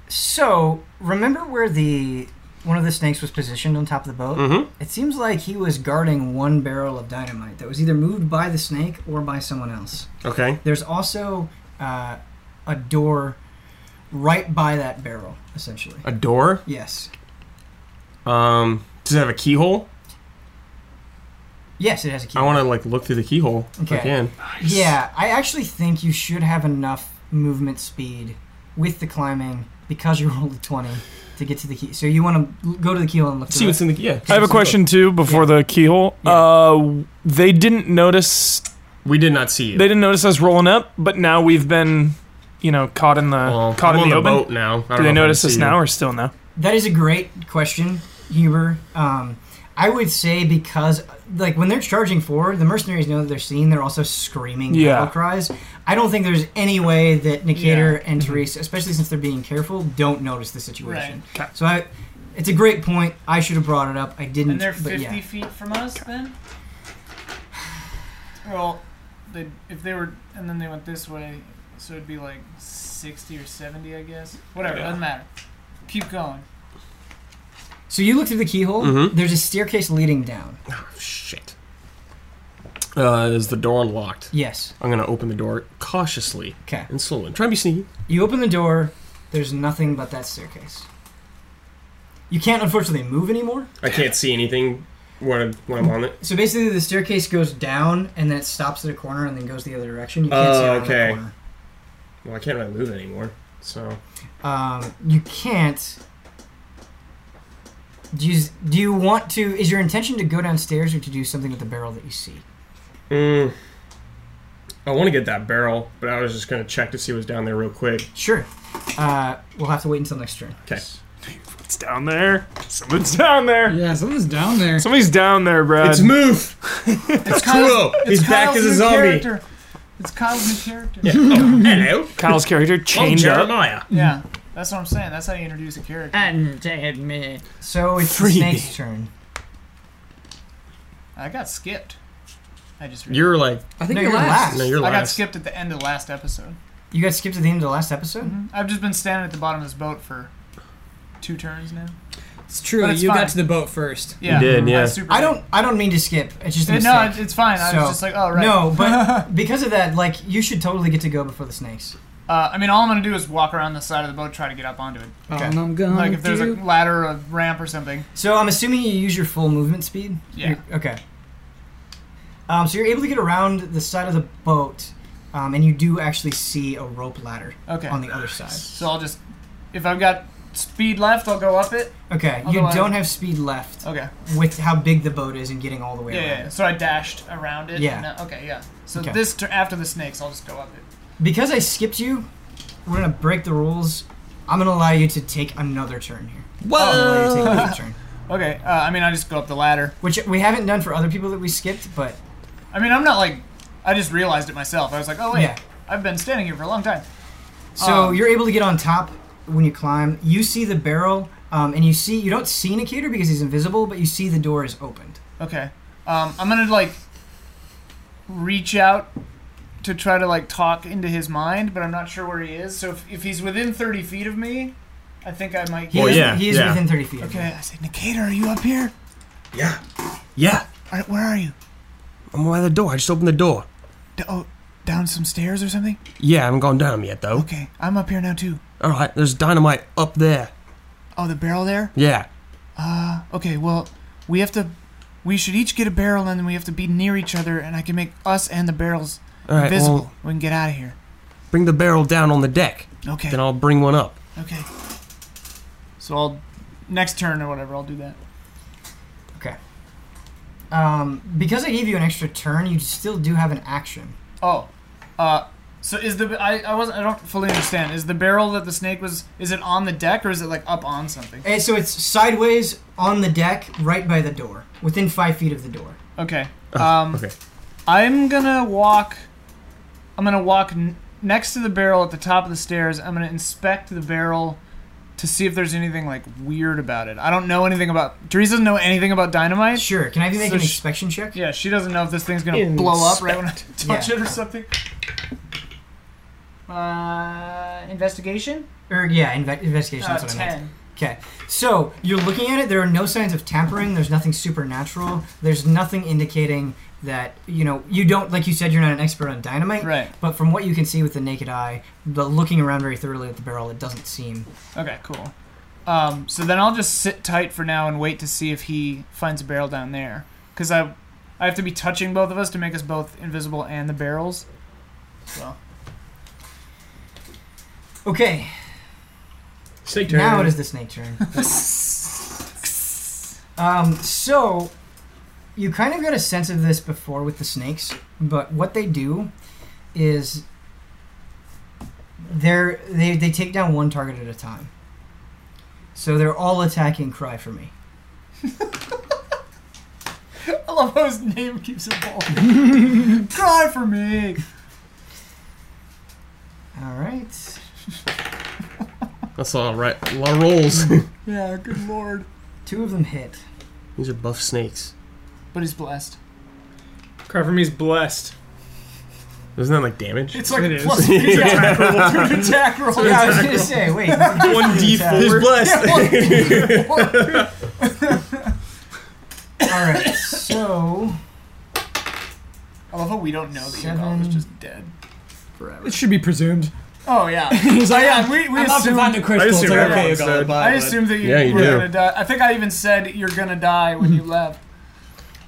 Speaker 1: so remember where the one of the snakes was positioned on top of the boat?
Speaker 7: Mm-hmm.
Speaker 1: It seems like he was guarding one barrel of dynamite that was either moved by the snake or by someone else.
Speaker 7: Okay.
Speaker 1: There's also uh, a door right by that barrel, essentially.
Speaker 7: A door.
Speaker 1: Yes.
Speaker 7: Um. Does it have a keyhole?
Speaker 1: Yes, it has a key.
Speaker 7: I want to like look through the keyhole.
Speaker 1: Okay.
Speaker 7: If I can.
Speaker 1: Yeah, I actually think you should have enough movement speed with the climbing because you rolled a 20 to get to the key. So you want to go to the keyhole and look
Speaker 7: See
Speaker 1: through
Speaker 7: what's
Speaker 1: it.
Speaker 7: in the yeah.
Speaker 6: I have a question too before the keyhole.
Speaker 1: Yeah.
Speaker 6: Uh, they didn't notice.
Speaker 7: We did not see you.
Speaker 6: They didn't notice us rolling up, but now we've been, you know, caught in the
Speaker 7: Well,
Speaker 6: caught
Speaker 7: I'm
Speaker 6: in the,
Speaker 7: on the,
Speaker 6: open.
Speaker 7: boat now.
Speaker 6: Do
Speaker 7: I don't know if
Speaker 6: they
Speaker 7: I
Speaker 6: notice
Speaker 7: can
Speaker 6: us
Speaker 7: see
Speaker 6: now
Speaker 7: you.
Speaker 6: or still no?
Speaker 1: That is a great question, Huber. Um, I would say because like when they're charging forward, the mercenaries know that they're seen. They're also screaming
Speaker 6: Yeah.
Speaker 1: battle cries. I don't think there's any way that Nicator and
Speaker 7: Mm-hmm.
Speaker 1: Therese, especially since they're being careful, don't notice the situation.
Speaker 6: Right. 'Kay.
Speaker 1: So I, it's a great point. I should have brought it up. I didn't.
Speaker 4: And they're 50
Speaker 1: but yeah.
Speaker 4: feet from us then? Well, they, if they were, and then they went this way, so it'd be like 60 or 70, I guess. Whatever,
Speaker 7: Yeah.
Speaker 4: doesn't matter. Keep going.
Speaker 1: So you look through the keyhole.
Speaker 5: Mm-hmm.
Speaker 7: Mhm.
Speaker 1: There's a staircase leading down.
Speaker 7: Oh, shit.
Speaker 6: Uh, is the door unlocked?
Speaker 1: Yes.
Speaker 6: I'm gonna open the door cautiously
Speaker 1: Okay.
Speaker 6: and slowly. Try and be sneaky.
Speaker 1: You open the door. There's nothing but that staircase. You can't unfortunately move anymore.
Speaker 5: I can't see anything when I'm, when I'm on it.
Speaker 1: So basically, the staircase goes down and then it stops at a corner and then goes the other direction. You can't see
Speaker 5: Oh,
Speaker 1: around
Speaker 5: okay.
Speaker 1: the corner.
Speaker 5: Well, I can't really move anymore. So
Speaker 1: Um, you can't. Do you, do you want to? Is your intention to go downstairs or to do something with the barrel that you see?
Speaker 5: Mm. I want to get that barrel, but I was just gonna check to see what's down there real quick.
Speaker 1: Sure. Uh, we'll have to wait until next turn.
Speaker 5: Okay.
Speaker 2: It's down there. Someone's down there.
Speaker 3: Yeah, something's down there.
Speaker 2: Somebody's down there, Brad.
Speaker 5: It's move. it's Kuro.
Speaker 4: It's
Speaker 5: He's back
Speaker 4: Kyle's
Speaker 5: as a
Speaker 4: new
Speaker 5: zombie.
Speaker 4: Character. It's Kyle's new character. Yeah.
Speaker 6: Oh,
Speaker 5: Hello.
Speaker 2: Kyle's character
Speaker 5: I'm
Speaker 2: chained up.
Speaker 5: Jeremiah.
Speaker 4: that's what I'm saying. That's how you introduce a character.
Speaker 3: Undead me.
Speaker 1: So it's the
Speaker 2: Freebie.
Speaker 1: snake's turn.
Speaker 4: I got skipped. I just realized.
Speaker 5: You're like
Speaker 1: I
Speaker 3: think
Speaker 1: no,
Speaker 3: you're
Speaker 1: you're last.
Speaker 3: last.
Speaker 5: no, you're
Speaker 4: I got
Speaker 5: last.
Speaker 4: skipped at the end of the last episode.
Speaker 1: You got skipped at the end of the last episode.
Speaker 4: I've just been standing at the bottom of this boat for two turns now.
Speaker 3: It's true.
Speaker 4: But it's
Speaker 3: you
Speaker 4: fine.
Speaker 3: got to the boat first.
Speaker 4: Yeah,
Speaker 6: did, yeah.
Speaker 4: I, was super
Speaker 1: I don't. I don't mean to skip. It's just a
Speaker 4: late.
Speaker 1: mistake.
Speaker 4: no, it's- it's fine. I was
Speaker 1: So-
Speaker 4: just like, oh right.
Speaker 1: No, but because of that, like you should totally get to go before the snakes.
Speaker 4: Uh, I mean, all I'm gonna do is walk around the side of the boat, try to get up onto it.
Speaker 1: Okay.
Speaker 3: And Um, I'm gonna
Speaker 4: like if there's
Speaker 3: do-
Speaker 4: a ladder, or a ramp, or something.
Speaker 1: So I'm assuming you use your full movement speed.
Speaker 4: Yeah.
Speaker 1: You're- okay. Um, so you're able to get around the side of the boat, um, and you do actually see a rope ladder
Speaker 4: Okay.
Speaker 1: on the other side.
Speaker 4: So I'll just, if I've got speed left, I'll go up it.
Speaker 1: Okay. you
Speaker 4: Otherwise-
Speaker 1: don't have speed left
Speaker 4: Okay.
Speaker 1: with how big the boat is and getting all the way
Speaker 4: Yeah,
Speaker 1: around.
Speaker 4: yeah, yeah. So I dashed around it.
Speaker 1: Yeah.
Speaker 4: and, uh, okay. Yeah. So
Speaker 1: Okay.
Speaker 4: this tur after the snakes, I'll just go up it.
Speaker 1: Because I skipped you, we're gonna break the rules. I'm gonna allow you to take another turn here. I'm gonna allow you to take another turn,
Speaker 4: Okay. Uh, I mean, I just go up the ladder.
Speaker 1: which we haven't done for other people that we skipped, but
Speaker 4: I mean, I'm not like, I just realized it myself. I was like, oh wait,
Speaker 1: Yeah.
Speaker 4: I've been standing here for a long time.
Speaker 1: So
Speaker 4: Um,
Speaker 1: you're able to get on top when you climb. You see the barrel, um, and you see you don't see Nikator because he's invisible, but you see the door is opened.
Speaker 4: Okay. Um, I'm gonna like reach out to try to like talk into his mind, but I'm not sure where he is. So if, if he's within 30 feet of me, I think I might.
Speaker 1: He
Speaker 6: Well,
Speaker 1: is,
Speaker 6: yeah,
Speaker 1: he is
Speaker 6: yeah.
Speaker 1: within 30 feet. of you.
Speaker 4: Okay. I said, Nikator, are you up here?
Speaker 5: yeah.
Speaker 6: Yeah,
Speaker 4: All right, where are you?
Speaker 6: I'm by the door. I just opened the door.
Speaker 4: D- oh, down some stairs or something?
Speaker 6: Yeah, I haven't gone down yet though.
Speaker 4: Okay, I'm up here now too.
Speaker 6: All right, there's dynamite up there.
Speaker 4: Oh, the barrel there?
Speaker 6: Yeah.
Speaker 4: Okay, well, we have to. We should each get a barrel and then we have to be near each other, and I can make us and the barrels
Speaker 6: All right.
Speaker 4: invisible.
Speaker 6: Well,
Speaker 4: we can get out of here.
Speaker 6: bring the barrel down on the deck.
Speaker 4: Okay.
Speaker 6: Then I'll bring one up.
Speaker 4: Okay. So I'll. Next turn or whatever, I'll do that.
Speaker 1: Um, because I gave you an extra turn, you still do have an action.
Speaker 4: Oh, uh, so is the I, I wasn't I don't fully understand. Is the barrel that the snake was is it on the deck or is it like up on something?
Speaker 1: And so it's sideways on the deck, right by the door, within five feet of the door.
Speaker 4: Okay. Um,
Speaker 6: okay.
Speaker 4: I'm gonna walk. I'm gonna walk n- next to the barrel at the top of the stairs. I'm gonna inspect the barrel to see if there's anything like weird about it. I don't know anything about. Teresa doesn't know anything about dynamite.
Speaker 1: Sure. Can I have you make
Speaker 4: So
Speaker 1: an
Speaker 4: sh-
Speaker 1: inspection check?
Speaker 4: yeah, she doesn't know if this thing's gonna blow up right when I touch
Speaker 1: Yeah.
Speaker 4: it or something. Uh, investigation.
Speaker 1: Or yeah, inve- investigation.
Speaker 4: Uh,
Speaker 1: that's what I meant.
Speaker 4: ten.
Speaker 1: Okay, so you're looking at it. There are no signs of tampering. There's nothing supernatural. There's nothing indicating that you know you don't like you said you're not an expert on dynamite.
Speaker 4: Right.
Speaker 1: But from what you can see with the naked eye, but looking around very thoroughly at the barrel, it doesn't seem.
Speaker 4: Okay, cool. Um, so then I'll just sit tight for now and wait to see if he finds a barrel down there. Because I, I have to be touching both of us to make us both invisible and the barrels. So
Speaker 1: Okay,
Speaker 5: Snake turn.
Speaker 1: now it is the snake turn. um, so you kind of got a sense of this before with the snakes, but what they do is they're they they take down one target at a time. So they're all attacking Cry for me.
Speaker 4: I love how his name keeps evolving. Cry for me.
Speaker 1: All right.
Speaker 6: That's all right. A lot of rolls.
Speaker 4: Yeah, good lord.
Speaker 1: Two of them hit.
Speaker 6: These are buff snakes.
Speaker 4: But he's blessed.
Speaker 2: Cry for me's blessed.
Speaker 6: Isn't that like damage?
Speaker 4: It's like
Speaker 2: It is.
Speaker 4: plus two attack roll to an attack roll.
Speaker 1: Yeah, I was gonna say, wait.
Speaker 6: One D
Speaker 1: four.
Speaker 6: He's blessed.
Speaker 1: All right. So
Speaker 4: we don't know that Yergal was
Speaker 1: Seven.
Speaker 4: just dead.
Speaker 1: forever.
Speaker 3: It should be presumed.
Speaker 4: Oh yeah.
Speaker 3: He's like,
Speaker 4: Oh, yeah,
Speaker 3: I'm,
Speaker 4: we- we
Speaker 3: I'm off to
Speaker 4: assumed-
Speaker 3: find a crystal.
Speaker 6: I
Speaker 3: It's
Speaker 6: assume
Speaker 3: like,
Speaker 6: everyone
Speaker 3: okay, you
Speaker 6: said-
Speaker 3: goodbye.
Speaker 4: I
Speaker 3: but-
Speaker 4: assumed that you,
Speaker 7: Yeah, you
Speaker 4: were
Speaker 7: do.
Speaker 4: gonna die. I think I even said you're gonna die when you left.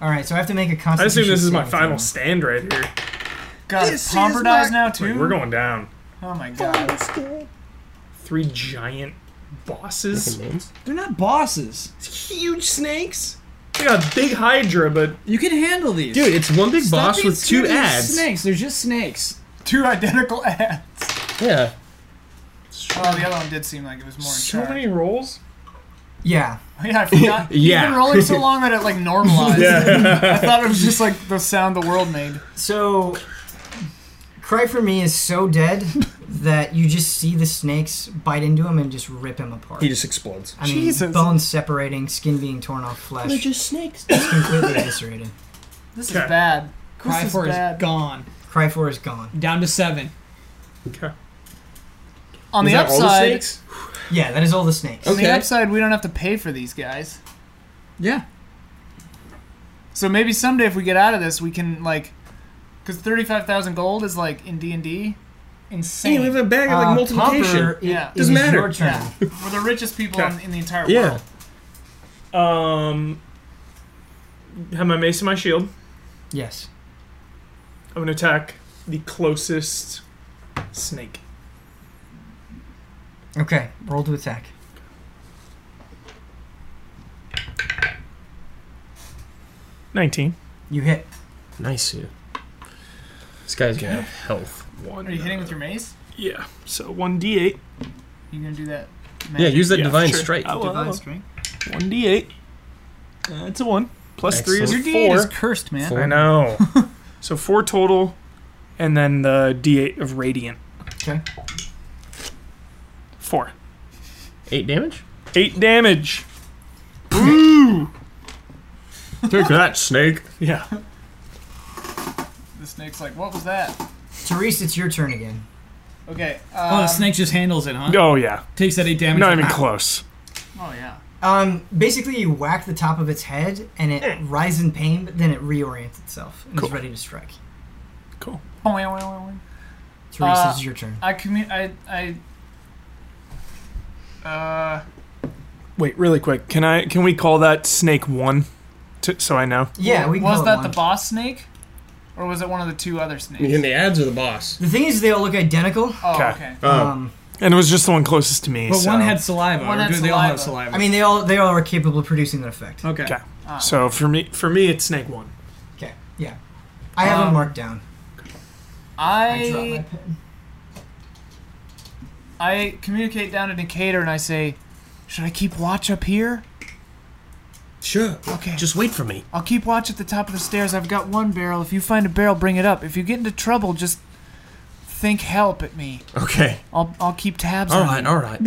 Speaker 1: All right, so I have to make a
Speaker 6: I
Speaker 1: constitution.
Speaker 6: assume this is my
Speaker 1: saving
Speaker 6: final
Speaker 1: throw.
Speaker 6: stand right here.
Speaker 4: God,
Speaker 6: This is my-
Speaker 4: Pomper dies now
Speaker 6: Wait,
Speaker 4: too.
Speaker 7: Hmm.
Speaker 6: we're going down.
Speaker 4: oh my god.
Speaker 6: Three giant bosses.
Speaker 3: They're not bosses.
Speaker 5: Huge snakes.
Speaker 6: They got a big hydra, but
Speaker 3: You can handle these.
Speaker 7: Dude, it's one big
Speaker 3: Stop
Speaker 7: boss
Speaker 3: being
Speaker 7: with
Speaker 3: scared
Speaker 7: two
Speaker 3: of these
Speaker 7: ads.
Speaker 3: Snakes. They're just snakes.
Speaker 4: Two identical ads.
Speaker 7: Yeah.
Speaker 4: Oh, the other one did seem like it was more. in
Speaker 6: so
Speaker 4: charge.
Speaker 6: many rolls.
Speaker 1: Yeah,
Speaker 4: Yeah, I forgot.
Speaker 7: Yeah.
Speaker 4: You've been rolling so long that it like normalized.
Speaker 6: Yeah.
Speaker 4: I thought it was just like the sound the world made.
Speaker 1: So, Cry for Me is so dead that you just see the snakes bite into him and just rip him apart.
Speaker 7: He just explodes.
Speaker 1: I mean,
Speaker 4: Jesus.
Speaker 1: bones separating, skin being torn off, flesh
Speaker 7: just snakes.
Speaker 1: completely eviscerated.
Speaker 4: This
Speaker 6: Okay.
Speaker 4: is bad.
Speaker 3: Cry
Speaker 4: this
Speaker 3: for
Speaker 4: is
Speaker 3: is
Speaker 4: bad.
Speaker 3: gone.
Speaker 1: Cry for is gone.
Speaker 3: Down to seven.
Speaker 4: On
Speaker 7: Is
Speaker 4: the
Speaker 7: that all the
Speaker 4: upside,
Speaker 7: snakes?
Speaker 1: Yeah, that is all the snakes.
Speaker 4: on the
Speaker 7: Okay.
Speaker 4: upside, we don't have to pay for these guys.
Speaker 3: Yeah.
Speaker 4: So maybe someday if we get out of this, we can like, because thirty-five thousand gold is like in D and D,
Speaker 7: Hey,
Speaker 4: insane.
Speaker 7: we have a bag of like
Speaker 1: Uh,
Speaker 7: multiplication.
Speaker 1: Pomper, it-
Speaker 4: Yeah.
Speaker 1: it
Speaker 7: Doesn't
Speaker 1: is
Speaker 7: matter.
Speaker 1: Your turn.
Speaker 4: yeah, we're the richest people in, in the entire
Speaker 7: Yeah.
Speaker 4: world.
Speaker 6: Um, have my mace and my shield.
Speaker 1: Yes.
Speaker 6: I'm gonna attack the closest snake.
Speaker 1: Okay. Roll to attack.
Speaker 6: Nineteen.
Speaker 1: You hit.
Speaker 7: Nice, dude. This guy's gonna have health.
Speaker 6: One.
Speaker 4: Are you hitting with your mace?
Speaker 6: Yeah. So one d8.
Speaker 4: You gonna do that?
Speaker 7: Yeah, use that
Speaker 6: Yeah,
Speaker 7: divine
Speaker 6: sure.
Speaker 7: strike.
Speaker 6: I will.
Speaker 4: divine string.
Speaker 6: One d8. Uh, it's a one. Plus three
Speaker 7: Excellent.
Speaker 4: Your
Speaker 6: is a
Speaker 4: D8
Speaker 6: four.
Speaker 4: is cursed, man.
Speaker 7: Four.
Speaker 6: I know. so four total, and then the d8 of radiant.
Speaker 1: Okay.
Speaker 6: Four.
Speaker 7: Eight damage.
Speaker 6: Eight damage.
Speaker 7: Take that, snake.
Speaker 6: Yeah.
Speaker 4: The snake's like, what was that?
Speaker 1: Therese, it's your turn again.
Speaker 4: Okay. Um,
Speaker 3: Oh, the snake just handles it, huh?
Speaker 6: Oh yeah.
Speaker 3: Takes that eight damage.
Speaker 6: Not even close.
Speaker 4: Oh yeah.
Speaker 1: Um, basically, you whack the top of its head, and
Speaker 4: Eh.
Speaker 1: it writhes in pain, but then it reorients itself and
Speaker 6: Cool.
Speaker 1: is ready to strike.
Speaker 4: Oh, yeah, yeah, yeah, yeah.
Speaker 1: Therese,
Speaker 4: Uh,
Speaker 1: this is your turn.
Speaker 4: I commu- I I uh
Speaker 6: Wait, really quick. Can I? Can we call that snake one? To, so I know.
Speaker 1: Yeah, we can
Speaker 4: was
Speaker 1: call it
Speaker 4: that
Speaker 1: one.
Speaker 4: the boss snake? Or was it one of the two other snakes?
Speaker 7: You in the ads or the boss?
Speaker 1: The thing is, they all look identical.
Speaker 4: Oh,
Speaker 6: Okay.
Speaker 4: okay.
Speaker 1: Um,
Speaker 6: And it was just the one closest to me.
Speaker 3: But
Speaker 6: so.
Speaker 3: one had saliva.
Speaker 4: One
Speaker 3: or
Speaker 4: had
Speaker 3: do they all have
Speaker 4: saliva.
Speaker 3: saliva?
Speaker 1: I mean, they all they all are capable of producing that effect.
Speaker 3: okay.
Speaker 6: Okay. So for me, for me, it's snake one.
Speaker 1: Okay, yeah. I have it
Speaker 4: Um,
Speaker 1: marked down. I dropped my
Speaker 4: I
Speaker 1: pen.
Speaker 4: I communicate down to Decatur and I say, "Should I keep watch up here?"
Speaker 7: Sure.
Speaker 4: Okay.
Speaker 7: Just wait for me.
Speaker 4: I'll keep watch at the top of the stairs. I've got one barrel. If you find a barrel, bring it up. If you get into trouble, just think help at me.
Speaker 7: Okay.
Speaker 4: I'll I'll keep tabs
Speaker 7: All
Speaker 4: on
Speaker 7: right.
Speaker 4: you.
Speaker 7: All right.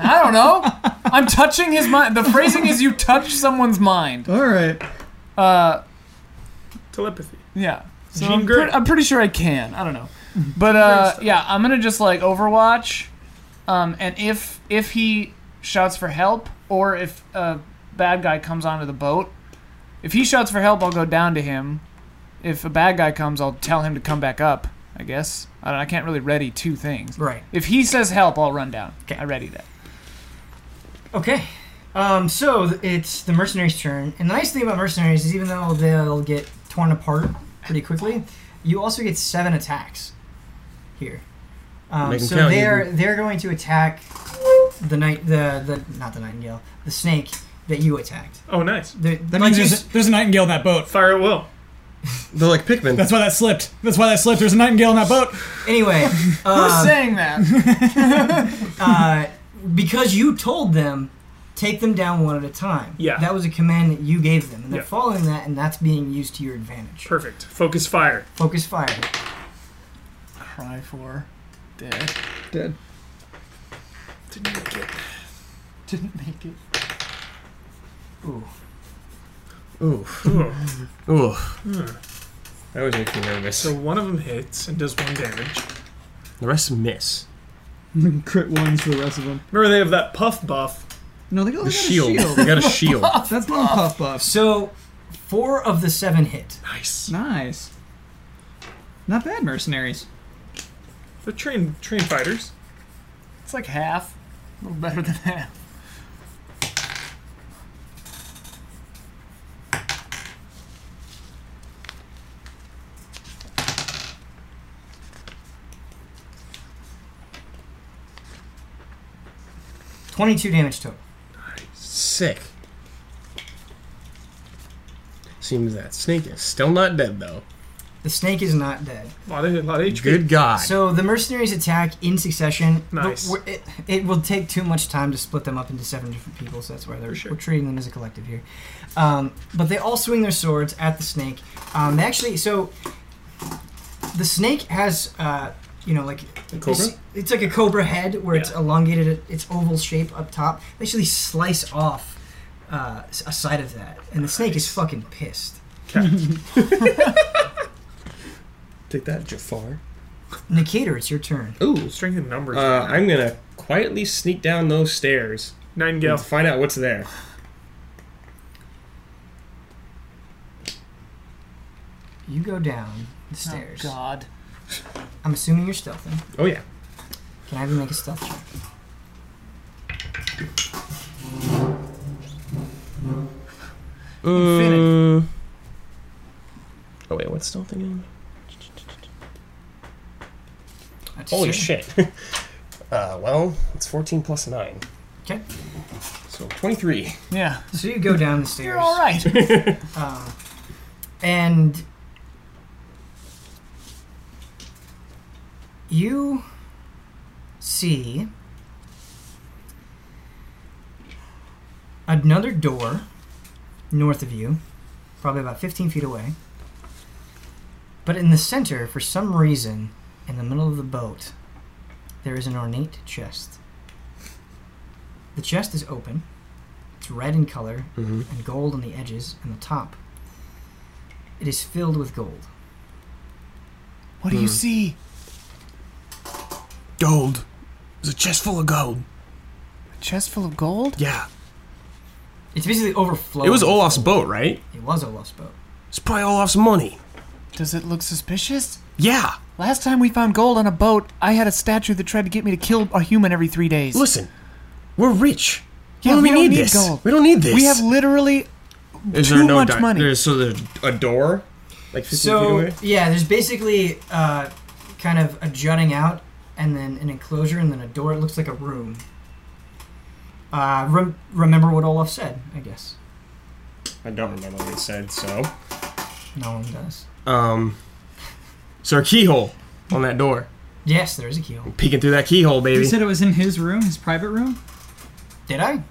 Speaker 4: I don't know. I'm touching his mind. The phrasing is you touch someone's mind.
Speaker 3: All right.
Speaker 4: Uh,
Speaker 6: Telepathy.
Speaker 4: yeah. So
Speaker 6: Gene
Speaker 4: I'm,
Speaker 6: Gert. Mm-hmm.
Speaker 4: pre- I'm pretty sure I can. I don't know. But uh, yeah, I'm gonna just like Overwatch, um, and if if he shouts for help or if a bad guy comes onto the boat, if he shouts for help, I'll go down to him. If a bad guy comes, I'll tell him to come back up. I guess I, don't, I can't really ready two things.
Speaker 1: Right.
Speaker 4: If he says help, I'll run down.
Speaker 1: 'Kay.
Speaker 4: I ready that.
Speaker 1: Okay. Um, so th- it's the mercenaries' turn, and the nice thing about mercenaries is even though they'll get torn apart pretty quickly, you also get seven attacks here. Um,
Speaker 7: Make 'em
Speaker 1: so
Speaker 7: count,
Speaker 1: they're they're going to attack the night the the not the nightingale the snake that you attacked.
Speaker 6: Oh, nice.
Speaker 1: They're,
Speaker 3: That
Speaker 1: like
Speaker 3: means
Speaker 1: you
Speaker 3: there's,
Speaker 1: s-
Speaker 3: there's a nightingale in that boat.
Speaker 6: Fire at will.
Speaker 7: They're like Pikmin.
Speaker 3: That's why that slipped. That's why that slipped. There's a nightingale in that boat.
Speaker 1: anyway.
Speaker 4: Who's
Speaker 6: Uh,
Speaker 1: um,
Speaker 4: saying that?
Speaker 1: uh, because you told them take them down one at a time.
Speaker 6: Yeah.
Speaker 1: That was a command that you gave them, and they're
Speaker 6: Yeah.
Speaker 1: following that, and that's being used to your advantage.
Speaker 6: Perfect. Focus fire.
Speaker 1: Focus fire.
Speaker 4: Cry for dead.
Speaker 3: Dead.
Speaker 4: Didn't make it. Didn't make it.
Speaker 1: Ooh.
Speaker 7: Ooh.
Speaker 6: Ooh.
Speaker 7: Ooh. Uh, hmm. That always makes me nervous.
Speaker 6: So one of them hits and does one damage.
Speaker 7: The rest miss.
Speaker 3: Crit ones for the rest of them.
Speaker 6: Remember they have that puff buff.
Speaker 3: No, they got,
Speaker 7: The shield. They got a shield.
Speaker 3: That's not puff buffs.
Speaker 1: So Four of the seven hit.
Speaker 6: Nice.
Speaker 3: Nice. Not bad, mercenaries.
Speaker 6: They're trained trained fighters.
Speaker 4: It's like half. A little better than half.
Speaker 1: Twenty-two damage total.
Speaker 7: Sick. Seems that snake is still not dead though.
Speaker 1: The snake is not dead.
Speaker 6: A lot of a lot of HP.
Speaker 7: Good God.
Speaker 1: So the mercenaries attack in succession. but
Speaker 6: Nice.
Speaker 1: we're- It, it will take too much time to split them up into seven different people, so that's why they're,
Speaker 6: sure.
Speaker 1: we're treating them as a collective here. Um, but they all swing their swords at the snake. Um, they actually, so the snake has, uh, you know, like
Speaker 7: cobra?
Speaker 1: It's, it's like a cobra head where it's elongated, at its oval shape up top. They actually slice off uh, s- a side of that, and the snake is fucking pissed.
Speaker 7: Take that, Jafar.
Speaker 1: Nikator, it's your turn.
Speaker 7: Ooh.
Speaker 6: Strength in numbers.
Speaker 7: Uh, I'm gonna quietly sneak down those stairs
Speaker 6: Nightingale.
Speaker 7: and find out what's there.
Speaker 1: You go down the stairs.
Speaker 4: Oh, God.
Speaker 1: I'm assuming you're stealthing.
Speaker 7: Oh yeah.
Speaker 1: Can I have you make a stealth check?
Speaker 7: Mm. Oh wait, what's stealthing in?
Speaker 1: That's
Speaker 7: Holy
Speaker 1: a seven.
Speaker 7: shit. Uh, well, it's 14 plus 9.
Speaker 1: 'Kay.
Speaker 7: So 23.
Speaker 4: Yeah.
Speaker 1: So you go down the stairs.
Speaker 4: You're all right.
Speaker 1: Uh, and you see another door north of you, probably about 15 feet away. But in the center, for some reason, in the middle of the boat, there is an ornate chest. The chest is open. It's red in color
Speaker 7: Mm-hmm.
Speaker 1: and gold on the edges and the top. It is filled with gold.
Speaker 4: What do you see?
Speaker 6: Gold. There's a chest full of gold.
Speaker 4: A chest full of gold?
Speaker 6: Yeah.
Speaker 1: It's basically overflowing.
Speaker 6: It was
Speaker 4: Oh.
Speaker 6: Olaf's
Speaker 1: with
Speaker 6: boat, right?
Speaker 1: gold. It was Olaf's boat.
Speaker 6: It's probably Olaf's money.
Speaker 4: Does it look suspicious?
Speaker 6: Yeah.
Speaker 4: Last time we found gold on a boat, I had a statue that tried to get me to kill a human every three days.
Speaker 6: Listen, we're rich.
Speaker 4: Yeah,
Speaker 6: we,
Speaker 4: we
Speaker 6: don't
Speaker 4: don't
Speaker 6: need,
Speaker 4: need
Speaker 6: this.
Speaker 4: gold.
Speaker 6: We don't need this.
Speaker 4: we have literally
Speaker 5: Is
Speaker 4: too
Speaker 5: there no
Speaker 4: much
Speaker 5: di-
Speaker 4: money.
Speaker 7: There's so there's a door, like 15 feet
Speaker 1: So
Speaker 7: away.
Speaker 1: yeah, there's basically uh, kind of a jutting out, and then an enclosure, and then a door. It looks like a room. Uh, rem- remember what Olaf said, I guess.
Speaker 7: I don't remember what it said. So,
Speaker 1: No one does.
Speaker 7: um, is there a keyhole on that door?
Speaker 1: Yes, there is a keyhole.
Speaker 7: Peeking through that keyhole,
Speaker 3: You
Speaker 7: baby.
Speaker 3: said it was in his room, his private room?
Speaker 1: Did I?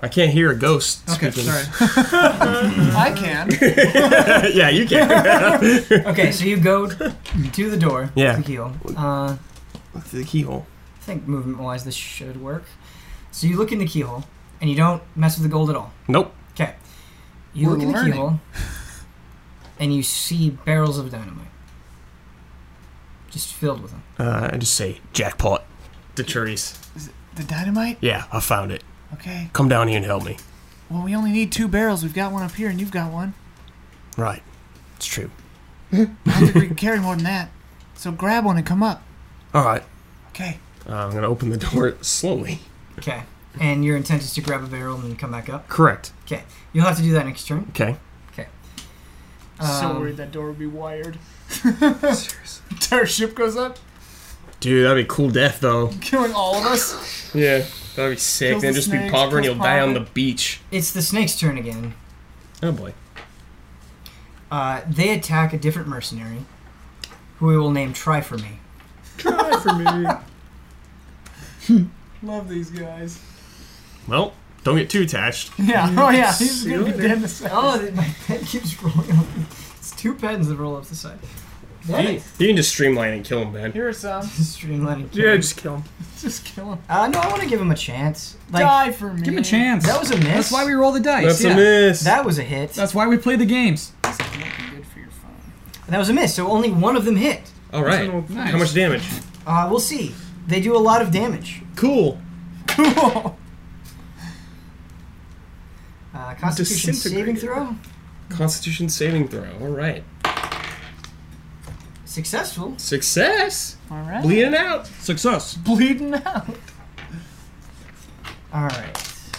Speaker 7: I can't hear a ghost
Speaker 3: Okay,
Speaker 7: speaking.
Speaker 3: sorry.
Speaker 6: Hmm.
Speaker 4: I can.
Speaker 7: yeah, you can.
Speaker 1: Okay, so you go to the door.
Speaker 7: Yeah.
Speaker 1: The keyhole. Uh,
Speaker 7: through the keyhole.
Speaker 1: I think movement wise this should work. So you look in the keyhole and you don't mess with the gold at all.
Speaker 7: Nope.
Speaker 1: Okay. You
Speaker 4: We're
Speaker 1: look in the
Speaker 4: learning.
Speaker 1: keyhole and you see barrels of dynamite. Just filled with them.
Speaker 6: Uh, I just say jackpot.
Speaker 7: Deturious.
Speaker 4: The dynamite?
Speaker 6: Yeah, I found it.
Speaker 4: Okay.
Speaker 6: Come down here and help me.
Speaker 4: Well, we only need two barrels. We've got one up here, and you've got one.
Speaker 6: Right. It's true.
Speaker 4: I don't think we can carry more than that. So grab one and come up.
Speaker 6: All right.
Speaker 4: Okay.
Speaker 7: Uh, I'm gonna open the door slowly.
Speaker 1: Okay. And your intent is to grab a barrel and then come back up.
Speaker 6: Correct.
Speaker 1: Okay. You'll have to do that next turn.
Speaker 6: Okay.
Speaker 1: Um,
Speaker 4: that door would be wired. Entire ship goes up,
Speaker 7: Dude, that'd be a cool death though.
Speaker 4: killing all of us.
Speaker 7: Yeah, that'd be sick.
Speaker 4: Kills
Speaker 7: Then
Speaker 4: the
Speaker 7: just be
Speaker 4: snakes,
Speaker 7: pauper and
Speaker 4: kills
Speaker 7: you'll die on the
Speaker 4: pauper.
Speaker 7: beach.
Speaker 1: It's the snake's turn again.
Speaker 7: Oh boy.
Speaker 1: Uh, they attack a different mercenary who we will name Try For Me.
Speaker 6: Try for me.
Speaker 4: Love these guys.
Speaker 6: Well, don't get too attached.
Speaker 4: Yeah. Oh yeah. He's
Speaker 6: See
Speaker 4: gonna
Speaker 6: you
Speaker 4: be
Speaker 6: later.
Speaker 4: dead in a second.
Speaker 1: Oh, my pen keeps rolling up. It's two pens that roll up the side.
Speaker 7: You, you can just streamline and kill him, man.
Speaker 4: Here are some.
Speaker 1: Streamlining.
Speaker 6: Yeah, just kill him.
Speaker 4: Just kill him.
Speaker 1: Uh, no, I want to give him a chance. Like
Speaker 4: Die for me.
Speaker 3: Give him a chance.
Speaker 1: that was a miss.
Speaker 3: That's why we roll the dice.
Speaker 7: That's
Speaker 3: yeah.
Speaker 7: a miss.
Speaker 1: That was a hit.
Speaker 3: That's why we play the games.
Speaker 4: This is not good for your phone.
Speaker 1: That was a miss. So only one of them hit.
Speaker 7: All right.
Speaker 3: Nice.
Speaker 7: How much damage?
Speaker 1: Uh, we'll see. They do a lot of damage.
Speaker 7: Cool.
Speaker 4: Cool.
Speaker 1: Uh, Constitution saving
Speaker 5: Disintegrated.
Speaker 1: throw.
Speaker 7: Constitution saving throw. All right.
Speaker 1: Successful.
Speaker 7: Success.
Speaker 4: All right.
Speaker 7: Bleeding out.
Speaker 6: Success.
Speaker 4: Bleeding out.
Speaker 1: All right.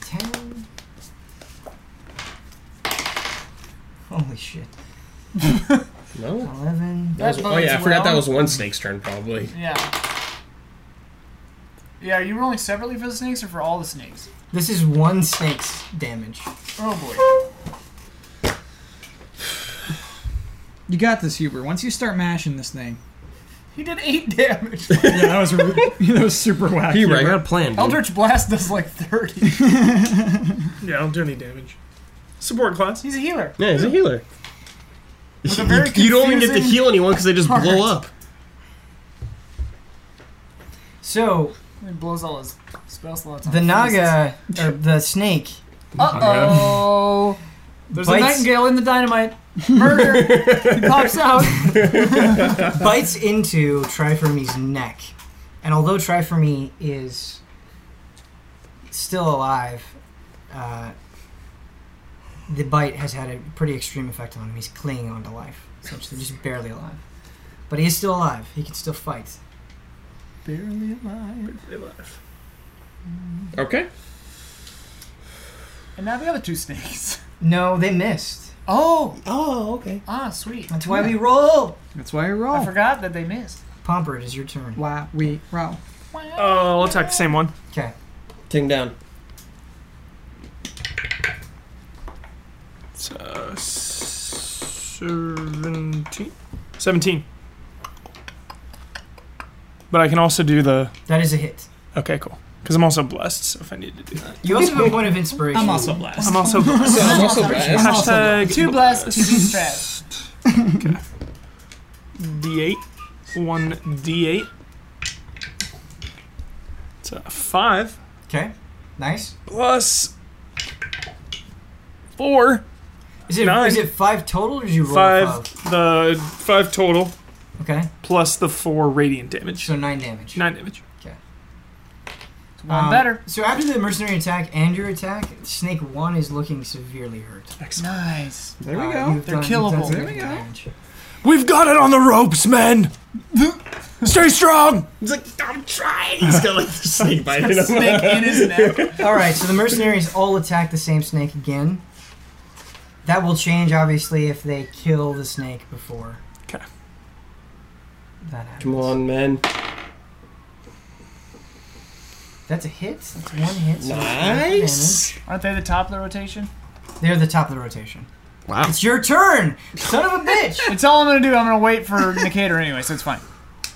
Speaker 1: Ten. Holy shit.
Speaker 7: No.
Speaker 1: Eleven.
Speaker 7: That was,
Speaker 4: That
Speaker 7: oh yeah, I
Speaker 4: bodes
Speaker 7: forgot that
Speaker 4: well.
Speaker 7: was one snake's turn probably.
Speaker 4: Yeah. Yeah, are you rolling separately for the snakes or for all the snakes?
Speaker 1: This is one snake's damage.
Speaker 4: Oh boy.
Speaker 3: You got this, Huber. Once you start mashing this thing,
Speaker 4: He did eight damage.
Speaker 3: yeah, that was that was super wacky.
Speaker 7: Huber, I got a plan. dude.
Speaker 4: Eldritch Blast does like 30.
Speaker 6: Yeah, I don't do any damage. Support class. Uh,
Speaker 4: He's a healer.
Speaker 7: Yeah, he's a healer.
Speaker 4: With a very
Speaker 7: You don't even get to
Speaker 4: confusing-
Speaker 7: heal anyone because they just blow
Speaker 4: part.
Speaker 7: up.
Speaker 1: So
Speaker 4: He blows all his spell slots. on
Speaker 1: the
Speaker 4: his
Speaker 1: naga, or the snake,
Speaker 4: faces. Uh-oh. There's
Speaker 1: Bites.
Speaker 4: a nightingale in the dynamite. Murder. he pops out.
Speaker 1: bites into Triferme's neck, and although Triferme is still alive, uh, the bite has had a pretty extreme effect on him. He's clinging on to life, essentially, just barely alive. But he is still alive. He can still fight.
Speaker 4: Barely alive.
Speaker 7: Okay.
Speaker 4: And now the other two snakes.
Speaker 1: No, they missed.
Speaker 4: Oh.
Speaker 7: Oh, okay.
Speaker 4: Ah, sweet.
Speaker 1: That's why we roll.
Speaker 3: That's why I
Speaker 1: Oh.
Speaker 4: I
Speaker 3: roll.
Speaker 4: forgot that they missed.
Speaker 1: Pomper, it is your turn.
Speaker 3: Why we roll.
Speaker 6: Oh, I'll attack the same one.
Speaker 1: Okay.
Speaker 7: Ting down.
Speaker 6: It's, uh, 17. 17. But I can also do the.
Speaker 1: That is a hit.
Speaker 6: Okay, cool. Because I'm also blessed, so if I need to do that.
Speaker 1: You also have a point of inspiration.
Speaker 3: blessed.
Speaker 6: I'm also blessed.
Speaker 7: So I'm also
Speaker 6: Hashtag
Speaker 7: bad.
Speaker 4: Two blast, two strat.
Speaker 6: D8. One D8. It's a 5
Speaker 1: Okay. Nice.
Speaker 6: plus 4.
Speaker 1: Is it
Speaker 6: Nine.
Speaker 1: is it five total or did you roll
Speaker 6: 5.
Speaker 1: five?
Speaker 6: The 5 total
Speaker 1: Okay.
Speaker 6: plus the 4 radiant damage.
Speaker 1: So nine damage.
Speaker 6: 9 damage.
Speaker 4: It's One
Speaker 1: Um,
Speaker 4: better.
Speaker 1: So after the mercenary attack and your attack, Snake One is looking severely hurt. Uh,
Speaker 4: Nice.
Speaker 1: There
Speaker 3: we go.
Speaker 4: They're killable. There
Speaker 1: we go. Damage.
Speaker 6: We've got it on the ropes, men! Stay strong!
Speaker 7: He's like, I'm trying. He's got like the snake biting him.
Speaker 4: Snake in his neck.
Speaker 1: All right, so the mercenaries all attack the same snake again. That will change, obviously, if they kill the snake before.
Speaker 6: 'Kay.
Speaker 1: That happens.
Speaker 7: Come on, man.
Speaker 1: That's a hit. That's one hit. so that's half the
Speaker 7: Nice.
Speaker 4: Aren't they the top of the rotation?
Speaker 1: damage. They're the top of the rotation.
Speaker 7: Wow.
Speaker 1: It's your turn, son of a bitch.
Speaker 4: It's all I'm gonna do. I'm gonna wait for Nikator anyway, so it's fine.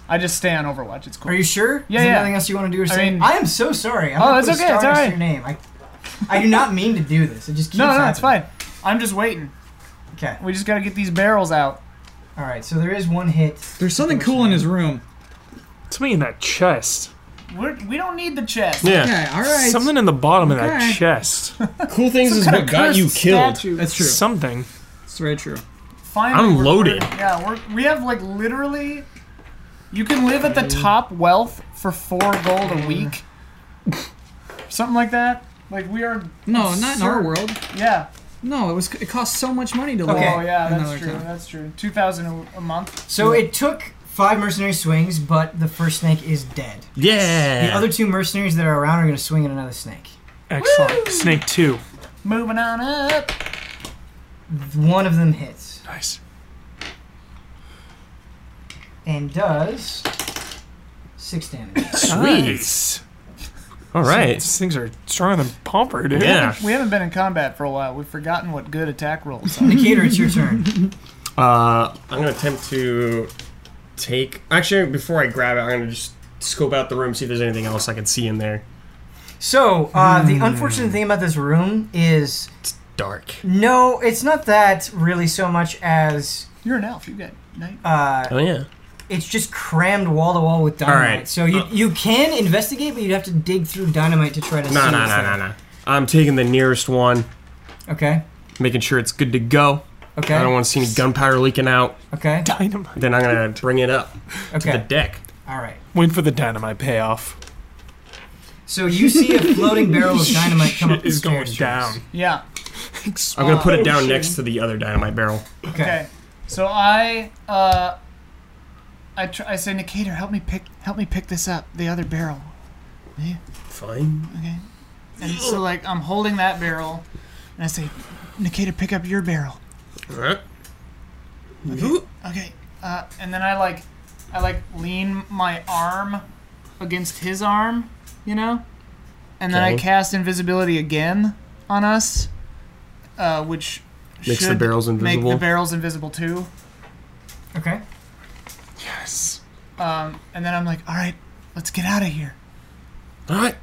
Speaker 4: I just stay on Overwatch. It's
Speaker 1: Are
Speaker 4: cool.
Speaker 1: you sure?
Speaker 4: Yeah,
Speaker 1: Is there
Speaker 4: yeah.
Speaker 1: Nothing else you want to do or say? I,
Speaker 4: mean-
Speaker 1: am so sorry. I'm
Speaker 4: Oh,
Speaker 1: gonna
Speaker 4: it's
Speaker 1: put a
Speaker 4: okay, it's
Speaker 1: star next to
Speaker 4: alright.
Speaker 1: Your name. I, I do not mean to do this. It just keeps
Speaker 4: No, no,
Speaker 1: happening.
Speaker 4: it's fine. I'm just waiting.
Speaker 1: Okay.
Speaker 4: We just gotta get these barrels out.
Speaker 1: All right. So there is one hit.
Speaker 3: There's something cool in his room.
Speaker 6: Something in that chest.
Speaker 4: We're, we don't need the chest.
Speaker 7: Yeah.
Speaker 3: Okay, all right.
Speaker 6: Something in the bottom of that
Speaker 3: Okay.
Speaker 6: chest.
Speaker 7: Cool things is what got you killed.
Speaker 3: That's true.
Speaker 6: Something.
Speaker 3: That's very true.
Speaker 4: Finally,
Speaker 7: I'm
Speaker 4: we're-
Speaker 7: loaded.
Speaker 4: we're- yeah, we're, we have like literally. You can live at the top wealth for four gold a week, something like that. Like we are.
Speaker 3: No, not in our
Speaker 4: absurd-
Speaker 3: world.
Speaker 4: Yeah.
Speaker 3: No, it was. It cost so much money to
Speaker 1: Okay.
Speaker 3: live.
Speaker 4: Oh yeah, that's
Speaker 3: another
Speaker 4: true.
Speaker 3: time.
Speaker 4: That's true. Two thousand a, a month.
Speaker 1: So it took five mercenary swings, but the first snake is dead.
Speaker 7: Yeah.
Speaker 1: The other two mercenaries that are around are going to swing at another snake.
Speaker 6: Excellent. Snake 2.
Speaker 4: Moving on up.
Speaker 1: One of them hits
Speaker 6: Nice.
Speaker 1: and does six damage.
Speaker 7: Sweet.
Speaker 6: Nice.
Speaker 7: All right.
Speaker 6: These things are stronger than Pomper, dude.
Speaker 7: Yeah.
Speaker 4: We haven't been in combat for a while. We've forgotten what good attack rolls are.
Speaker 1: Decatur, it's your turn.
Speaker 7: Uh, I'm gonna attempt to take. Actually, before I grab it, I'm gonna just scope out the room, see if there's anything else I can see in there.
Speaker 1: So uh,
Speaker 4: Hmm.
Speaker 1: the unfortunate thing about this room is
Speaker 7: Dark.
Speaker 1: no, it's not that really so much as
Speaker 4: You're an elf. You get night.
Speaker 1: uh,
Speaker 7: Oh yeah.
Speaker 1: it's just crammed wall to wall with dynamite.
Speaker 7: All right. Uh,
Speaker 1: So you you can investigate, but you'd have to dig through dynamite to try to.
Speaker 7: No,
Speaker 1: see
Speaker 7: no,
Speaker 1: what's
Speaker 7: no,
Speaker 1: there.
Speaker 7: no, no. I'm taking the nearest one,
Speaker 1: Okay.
Speaker 7: making sure it's good to go.
Speaker 1: Okay.
Speaker 7: I don't want to see any gunpowder leaking out.
Speaker 1: okay.
Speaker 6: Dynamite.
Speaker 7: Then I'm gonna bring it up to the
Speaker 1: Okay.
Speaker 7: deck.
Speaker 1: All right.
Speaker 6: Win for the dynamite payoff.
Speaker 1: So you see a floating barrel of dynamite come up the
Speaker 6: It's going
Speaker 1: stairs,
Speaker 6: down.
Speaker 4: Yeah.
Speaker 7: I'm gonna
Speaker 1: Oh,
Speaker 7: put it down next to the other dynamite barrel.
Speaker 1: Trace. Okay.
Speaker 4: Okay. So I uh I tr- I say Nicator, help me pick help me pick this up, the other barrel.
Speaker 7: Fine.
Speaker 4: Okay. And so like I'm holding that barrel and I say, Nicator, pick up your barrel.
Speaker 7: Alright.
Speaker 4: Okay. Uh, and then I like, I like lean my arm against his arm, you know, and then I
Speaker 7: Okay.
Speaker 4: cast invisibility again on us, uh, which
Speaker 7: Makes the
Speaker 4: should
Speaker 7: barrels
Speaker 4: Make
Speaker 7: invisible.
Speaker 4: the barrels invisible too.
Speaker 1: Okay.
Speaker 4: Um, and then I'm like, all right, let's get out of here.
Speaker 7: Alright.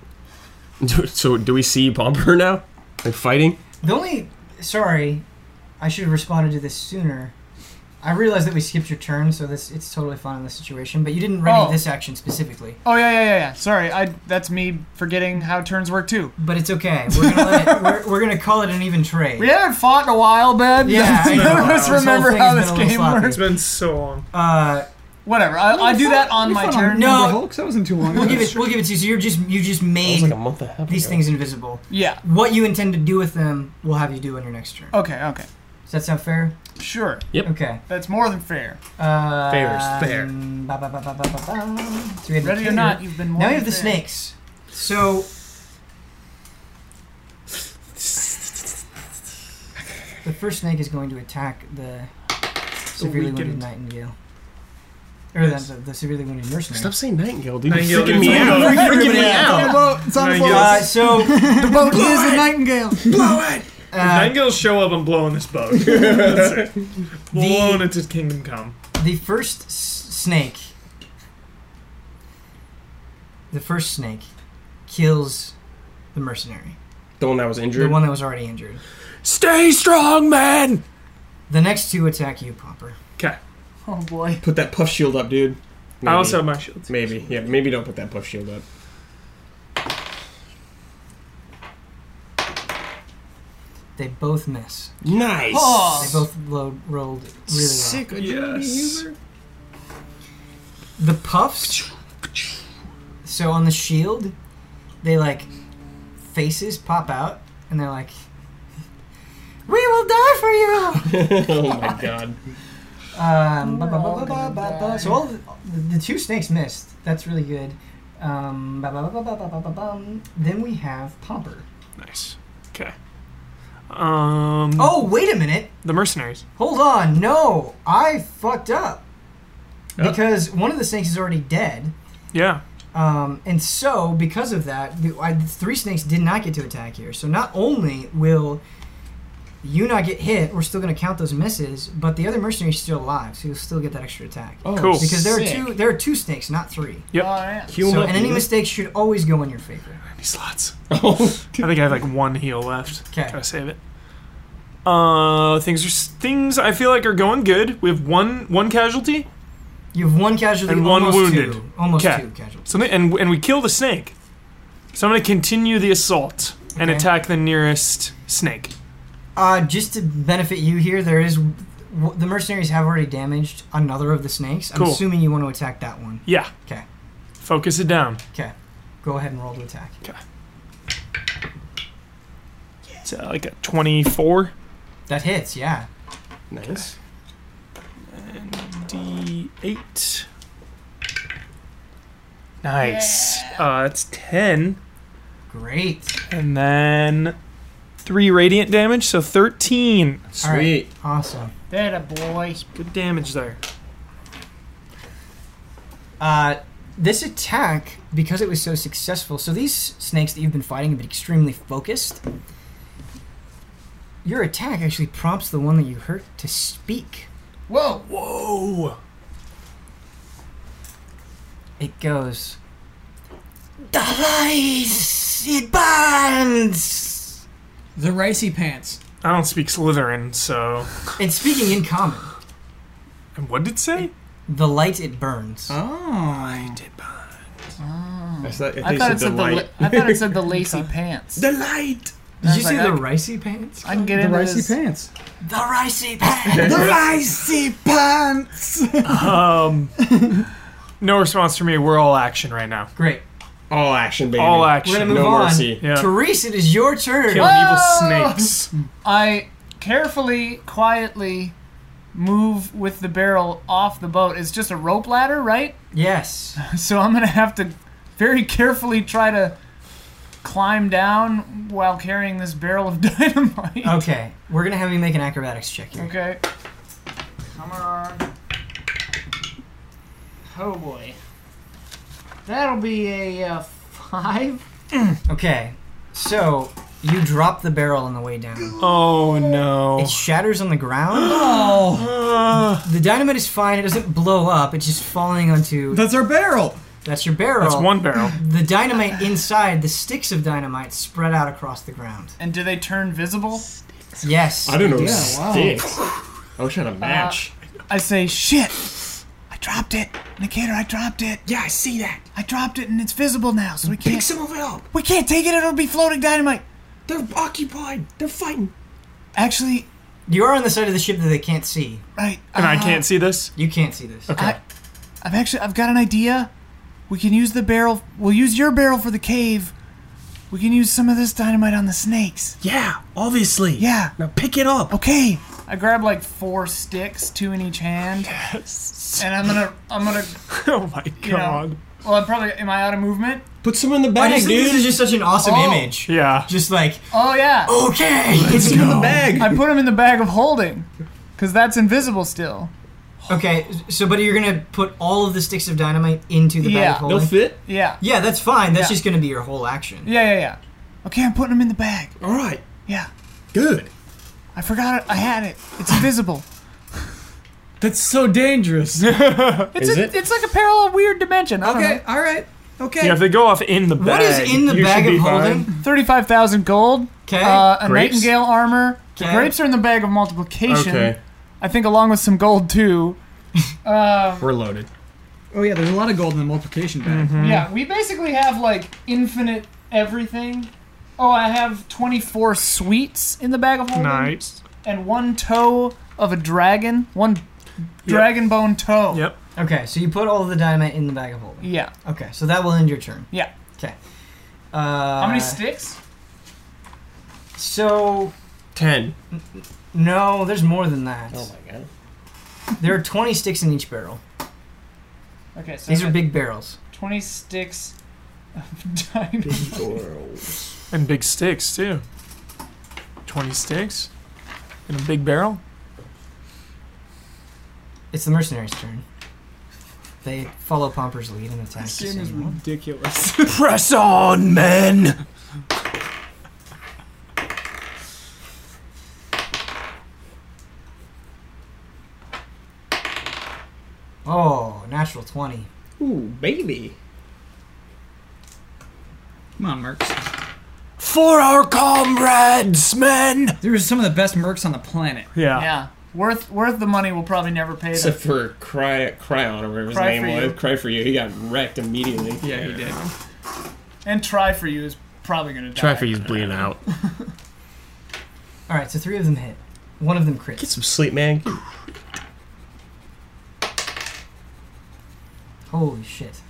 Speaker 7: Do- So do we see Pomper now? Like fighting?
Speaker 1: The only sorry, I should have responded to this sooner. I realized that we skipped your turn, so this it's totally fine in this situation. But you didn't ready
Speaker 4: Oh.
Speaker 1: this action specifically.
Speaker 4: Oh yeah, yeah, yeah, yeah. Sorry, I that's me forgetting how turns work too.
Speaker 1: But it's okay. We're gonna let it, we're, we're gonna call it an even trade.
Speaker 4: We haven't fought in a while, Ben.
Speaker 1: Yeah, I know.
Speaker 4: None of
Speaker 1: This
Speaker 4: us
Speaker 1: whole
Speaker 4: remember
Speaker 1: thing
Speaker 4: how
Speaker 1: has
Speaker 4: this
Speaker 1: been a little
Speaker 4: game
Speaker 1: sloppy.
Speaker 4: works.
Speaker 6: been so long.
Speaker 1: Uh,
Speaker 4: Whatever. I, I do that on my turn.
Speaker 1: No. Incredible
Speaker 3: Hulk. That wasn't too long.
Speaker 1: we'll give it we'll give it to you. So you're just you just
Speaker 7: It was
Speaker 1: made
Speaker 7: like a month and a half
Speaker 1: these
Speaker 7: ago.
Speaker 1: things invisible.
Speaker 4: Yeah.
Speaker 1: What you intend to do with them, we'll have you do on your next turn.
Speaker 4: Okay. Okay.
Speaker 1: Does that sound fair?
Speaker 4: Sure.
Speaker 1: Okay.
Speaker 4: That's more than fair.
Speaker 1: Uh,
Speaker 7: Fair is fair.
Speaker 1: ba- ba- ba- ba- ba- ba- ba. So we had the
Speaker 4: Ready or
Speaker 1: gator.
Speaker 4: not, you've been more
Speaker 1: Now we have
Speaker 4: than
Speaker 1: the
Speaker 4: fair.
Speaker 1: snakes. So. The first snake is going to attack the severely wounded
Speaker 6: weakened.
Speaker 1: nightingale. Or the, the, the severely wounded mercenary.
Speaker 7: Stop saying nightingale, dude.
Speaker 6: Nightingale,
Speaker 7: You're freaking me
Speaker 6: dude.
Speaker 7: out. You're freaking me out.
Speaker 4: It's on
Speaker 6: Nightingales.
Speaker 1: Uh, so.
Speaker 4: The boat is a nightingale.
Speaker 1: Uh,
Speaker 6: Nightingales show up and blow on this boat. Blown into Kingdom Come.
Speaker 1: the first s- snake. The first snake kills the mercenary.
Speaker 7: The one that was
Speaker 1: The
Speaker 7: injured.
Speaker 1: one that was already injured.
Speaker 6: Stay strong, man.
Speaker 1: The next two attack you, Popper.
Speaker 4: Oh boy.
Speaker 7: Put that puff shield up, dude.
Speaker 6: I also have my shield.
Speaker 7: Maybe. Yeah, maybe don't put that puff shield up.
Speaker 1: They both miss.
Speaker 7: Nice.
Speaker 1: They
Speaker 4: Oh.
Speaker 1: both lo- rolled really well.
Speaker 7: Sick.
Speaker 6: Yes.
Speaker 1: The puffs. So on the shield, they like faces pop out, and they're like, "We will die for you."
Speaker 7: oh my god.
Speaker 1: Um,
Speaker 4: We're
Speaker 1: ba- ba-
Speaker 4: all
Speaker 1: ba-
Speaker 4: gonna
Speaker 1: ba- ba- ba-
Speaker 4: die.
Speaker 1: So all the, the, the two snakes missed. That's really good. Um, ba- ba- ba- ba- ba- ba- ba- bum. Then we have Pomper.
Speaker 6: Nice. Okay. Um.
Speaker 1: Oh wait a minute!
Speaker 6: The mercenaries.
Speaker 1: Hold on. No, I fucked up
Speaker 7: Oh.
Speaker 1: because one of the snakes is already dead.
Speaker 6: Yeah.
Speaker 1: Um, and so, because of that, the, I, the three snakes did not get to attack here. So, not only will you not get hit, we're still going to count those misses, but the other mercenary's still alive, so you'll still get that extra attack.
Speaker 7: Oh,
Speaker 6: Cool.
Speaker 1: because there are
Speaker 4: sick.
Speaker 1: two, there are two snakes, not three.
Speaker 6: Yep.
Speaker 4: All right.
Speaker 7: Heal
Speaker 1: so,
Speaker 7: up,
Speaker 1: and any
Speaker 7: dude.
Speaker 1: mistakes should always go in your favor.
Speaker 6: Any slots?
Speaker 7: Oh,
Speaker 6: I think I have like one heal left.
Speaker 1: Okay.
Speaker 6: Gotta save it. Uh, things are things I feel like are going good. We have one one casualty.
Speaker 1: You have one casualty
Speaker 6: And one
Speaker 1: almost
Speaker 6: wounded.
Speaker 1: Two, almost
Speaker 6: Okay.
Speaker 1: two casualties.
Speaker 6: Something and and we kill the snake. So I'm gonna continue the assault and
Speaker 1: Okay.
Speaker 6: attack the nearest snake.
Speaker 1: Uh, just to benefit you here, there is. W- the mercenaries have already damaged another of the snakes. I'm
Speaker 6: Cool.
Speaker 1: assuming you want to attack that one.
Speaker 6: Yeah.
Speaker 1: Okay.
Speaker 6: Focus it down.
Speaker 1: Okay. Go ahead and roll to attack.
Speaker 6: It's uh, like a 24
Speaker 1: That hits, yeah.
Speaker 7: nice.
Speaker 6: and d8. Nice. Uh, it's 10
Speaker 1: Great.
Speaker 6: and then three radiant damage, so 13.
Speaker 1: All right.
Speaker 7: Sweet.
Speaker 1: Awesome.
Speaker 4: That a boy.
Speaker 6: Good damage there.
Speaker 1: Uh, this attack, because it was so successful, so these snakes that you've been fighting have been extremely focused. Your attack actually prompts the one that you hurt to speak.
Speaker 4: Whoa.
Speaker 6: Whoa.
Speaker 1: It goes. The lies! It burns!
Speaker 3: The ricey pants.
Speaker 6: I don't speak Slytherin, so.
Speaker 1: It's speaking in common.
Speaker 6: And what did it say?
Speaker 1: The light it burns.
Speaker 3: Oh.
Speaker 7: That's that,
Speaker 4: I thought it said the la- I thought it said the lacy pants.
Speaker 7: Delight.
Speaker 1: Did you
Speaker 4: Sounds
Speaker 1: see
Speaker 4: like
Speaker 1: the
Speaker 4: I-
Speaker 1: ricey pants?
Speaker 4: I can get into this.
Speaker 3: pants.
Speaker 1: The ricey pants!
Speaker 3: Ricey pants.
Speaker 6: Um. no response from me. We're all action right now.
Speaker 1: Great.
Speaker 7: All action, baby.
Speaker 6: All action.
Speaker 1: We're gonna move
Speaker 7: no
Speaker 1: on.
Speaker 7: mercy.
Speaker 6: Yeah.
Speaker 1: Therese, it is your turn.
Speaker 6: Kill evil snakes.
Speaker 4: I carefully, quietly move with the barrel off the boat. It's just a rope ladder, right?
Speaker 1: Yes.
Speaker 4: So I'm gonna have to very carefully try to climb down while carrying this barrel of dynamite.
Speaker 1: Okay. We're gonna have you make an acrobatics check here.
Speaker 4: Okay. Come on. Oh boy. That'll be a uh, five.
Speaker 1: Okay. So you drop the barrel on the way down.
Speaker 6: Oh no. Uh,
Speaker 1: It shatters on the ground. The dynamite is fine. It doesn't blow up. It's just falling onto.
Speaker 8: That's our barrel.
Speaker 1: That's your barrel.
Speaker 6: That's one barrel.
Speaker 1: The dynamite inside, the sticks of dynamite spread out across the ground.
Speaker 4: And do they turn visible?
Speaker 1: Yes.
Speaker 7: I don't know.
Speaker 8: Yeah, wow.
Speaker 7: sticks. I wish I had a match.
Speaker 4: I say, shit! I dropped it! Nicator, I dropped it!
Speaker 7: yeah, I see that.
Speaker 4: I dropped it and it's visible now, so we can't
Speaker 7: some of it up.
Speaker 4: We can't take it, it'll be floating dynamite!
Speaker 7: They're occupied. They're fighting.
Speaker 4: Actually,
Speaker 1: You are on the side of the ship that they can't see.
Speaker 4: right.
Speaker 6: And I
Speaker 4: uh,
Speaker 6: can't see this.
Speaker 1: You can't see this.
Speaker 6: Okay.
Speaker 4: I, I've actually I've got an idea. We can use the barrel we'll use your barrel for the cave. We can use some of this dynamite on the snakes.
Speaker 7: Yeah, obviously.
Speaker 4: Yeah.
Speaker 7: Now pick it up.
Speaker 4: Okay. I grab like four sticks, two in each hand. And I'm gonna I'm gonna
Speaker 6: oh my
Speaker 4: you know
Speaker 6: god.
Speaker 4: Well I'm probably am I out of movement?
Speaker 7: Put some in the
Speaker 1: I
Speaker 7: bag,
Speaker 1: just think
Speaker 7: dude.
Speaker 1: this is just such an awesome
Speaker 4: Oh.
Speaker 1: image.
Speaker 6: Yeah.
Speaker 1: Just like,
Speaker 4: Oh yeah.
Speaker 1: okay.
Speaker 7: Put some in the bag.
Speaker 4: I put them in the bag of holding. Cause that's invisible still.
Speaker 1: Okay, so but you're gonna put all of the sticks of dynamite into the bag
Speaker 4: Yeah.
Speaker 1: of holding.
Speaker 7: They'll fit.
Speaker 4: Yeah.
Speaker 1: Yeah, that's fine. That's
Speaker 4: Yeah.
Speaker 1: just gonna be your whole action.
Speaker 4: Yeah, yeah, yeah. Okay, I'm putting them in the bag.
Speaker 7: All right.
Speaker 4: Yeah.
Speaker 7: Good.
Speaker 4: I forgot it. I had it. It's invisible.
Speaker 8: That's so dangerous.
Speaker 4: It's
Speaker 7: Is
Speaker 4: a,
Speaker 7: it?
Speaker 4: It's like a parallel weird dimension. I
Speaker 8: Okay, all right. Okay.
Speaker 6: Yeah, if they go off in the bag.
Speaker 1: What is in the
Speaker 7: you
Speaker 1: bag
Speaker 7: should
Speaker 1: of
Speaker 7: be
Speaker 1: holding?
Speaker 4: don't know. Thirty-five thousand gold.
Speaker 1: Okay.
Speaker 4: Uh, a
Speaker 7: Grapes?
Speaker 4: nightingale armor. The
Speaker 1: Okay.
Speaker 4: grapes are in the bag of multiplication.
Speaker 7: Okay.
Speaker 4: I think along with some gold too. Um,
Speaker 7: We're loaded.
Speaker 8: Oh yeah, there's a lot of gold in the multiplication bag.
Speaker 6: Hmm.
Speaker 4: yeah, we basically have like infinite everything. Oh, I have twenty-four sweets in the bag of holding,
Speaker 6: Nice.
Speaker 4: and one toe of a dragon. One dragon bone toe.
Speaker 6: Yep.
Speaker 1: okay, so you put all of the dynamite in the bag of holding.
Speaker 4: Yeah.
Speaker 1: Okay, so that will end your turn.
Speaker 4: Yeah.
Speaker 1: Okay. Uh,
Speaker 4: How many sticks?
Speaker 1: So
Speaker 7: Ten.
Speaker 1: no, there's more than that.
Speaker 7: Oh my god.
Speaker 1: There are 20 sticks in each barrel.
Speaker 4: Okay, so
Speaker 1: These
Speaker 4: I
Speaker 1: are
Speaker 4: got
Speaker 1: big barrels.
Speaker 4: twenty sticks of diamond.
Speaker 6: And big sticks too. Twenty sticks. In a big barrel.
Speaker 1: It's the mercenaries' turn. They follow Pomper's lead and attack. the same one.
Speaker 8: ridiculous.
Speaker 6: Press on, men.
Speaker 1: Oh, natural 20.
Speaker 7: Ooh, baby.
Speaker 8: Come on, mercs.
Speaker 6: For our comrades, men.
Speaker 8: There was some of the best mercs on the planet.
Speaker 6: Yeah.
Speaker 4: Yeah, worth worth the money. We'll probably never pay them.
Speaker 7: Except for Cry, Cryon or whatever his
Speaker 4: Cry
Speaker 7: name
Speaker 4: for
Speaker 7: was.
Speaker 4: You.
Speaker 7: Cry for you. He got wrecked immediately.
Speaker 8: Yeah, he did.
Speaker 4: and try for you is probably gonna die.
Speaker 7: Cry for you's bleeding out.
Speaker 1: All right, so three of them hit. One of them crits.
Speaker 7: Get some sleep, man.
Speaker 1: Holy shit.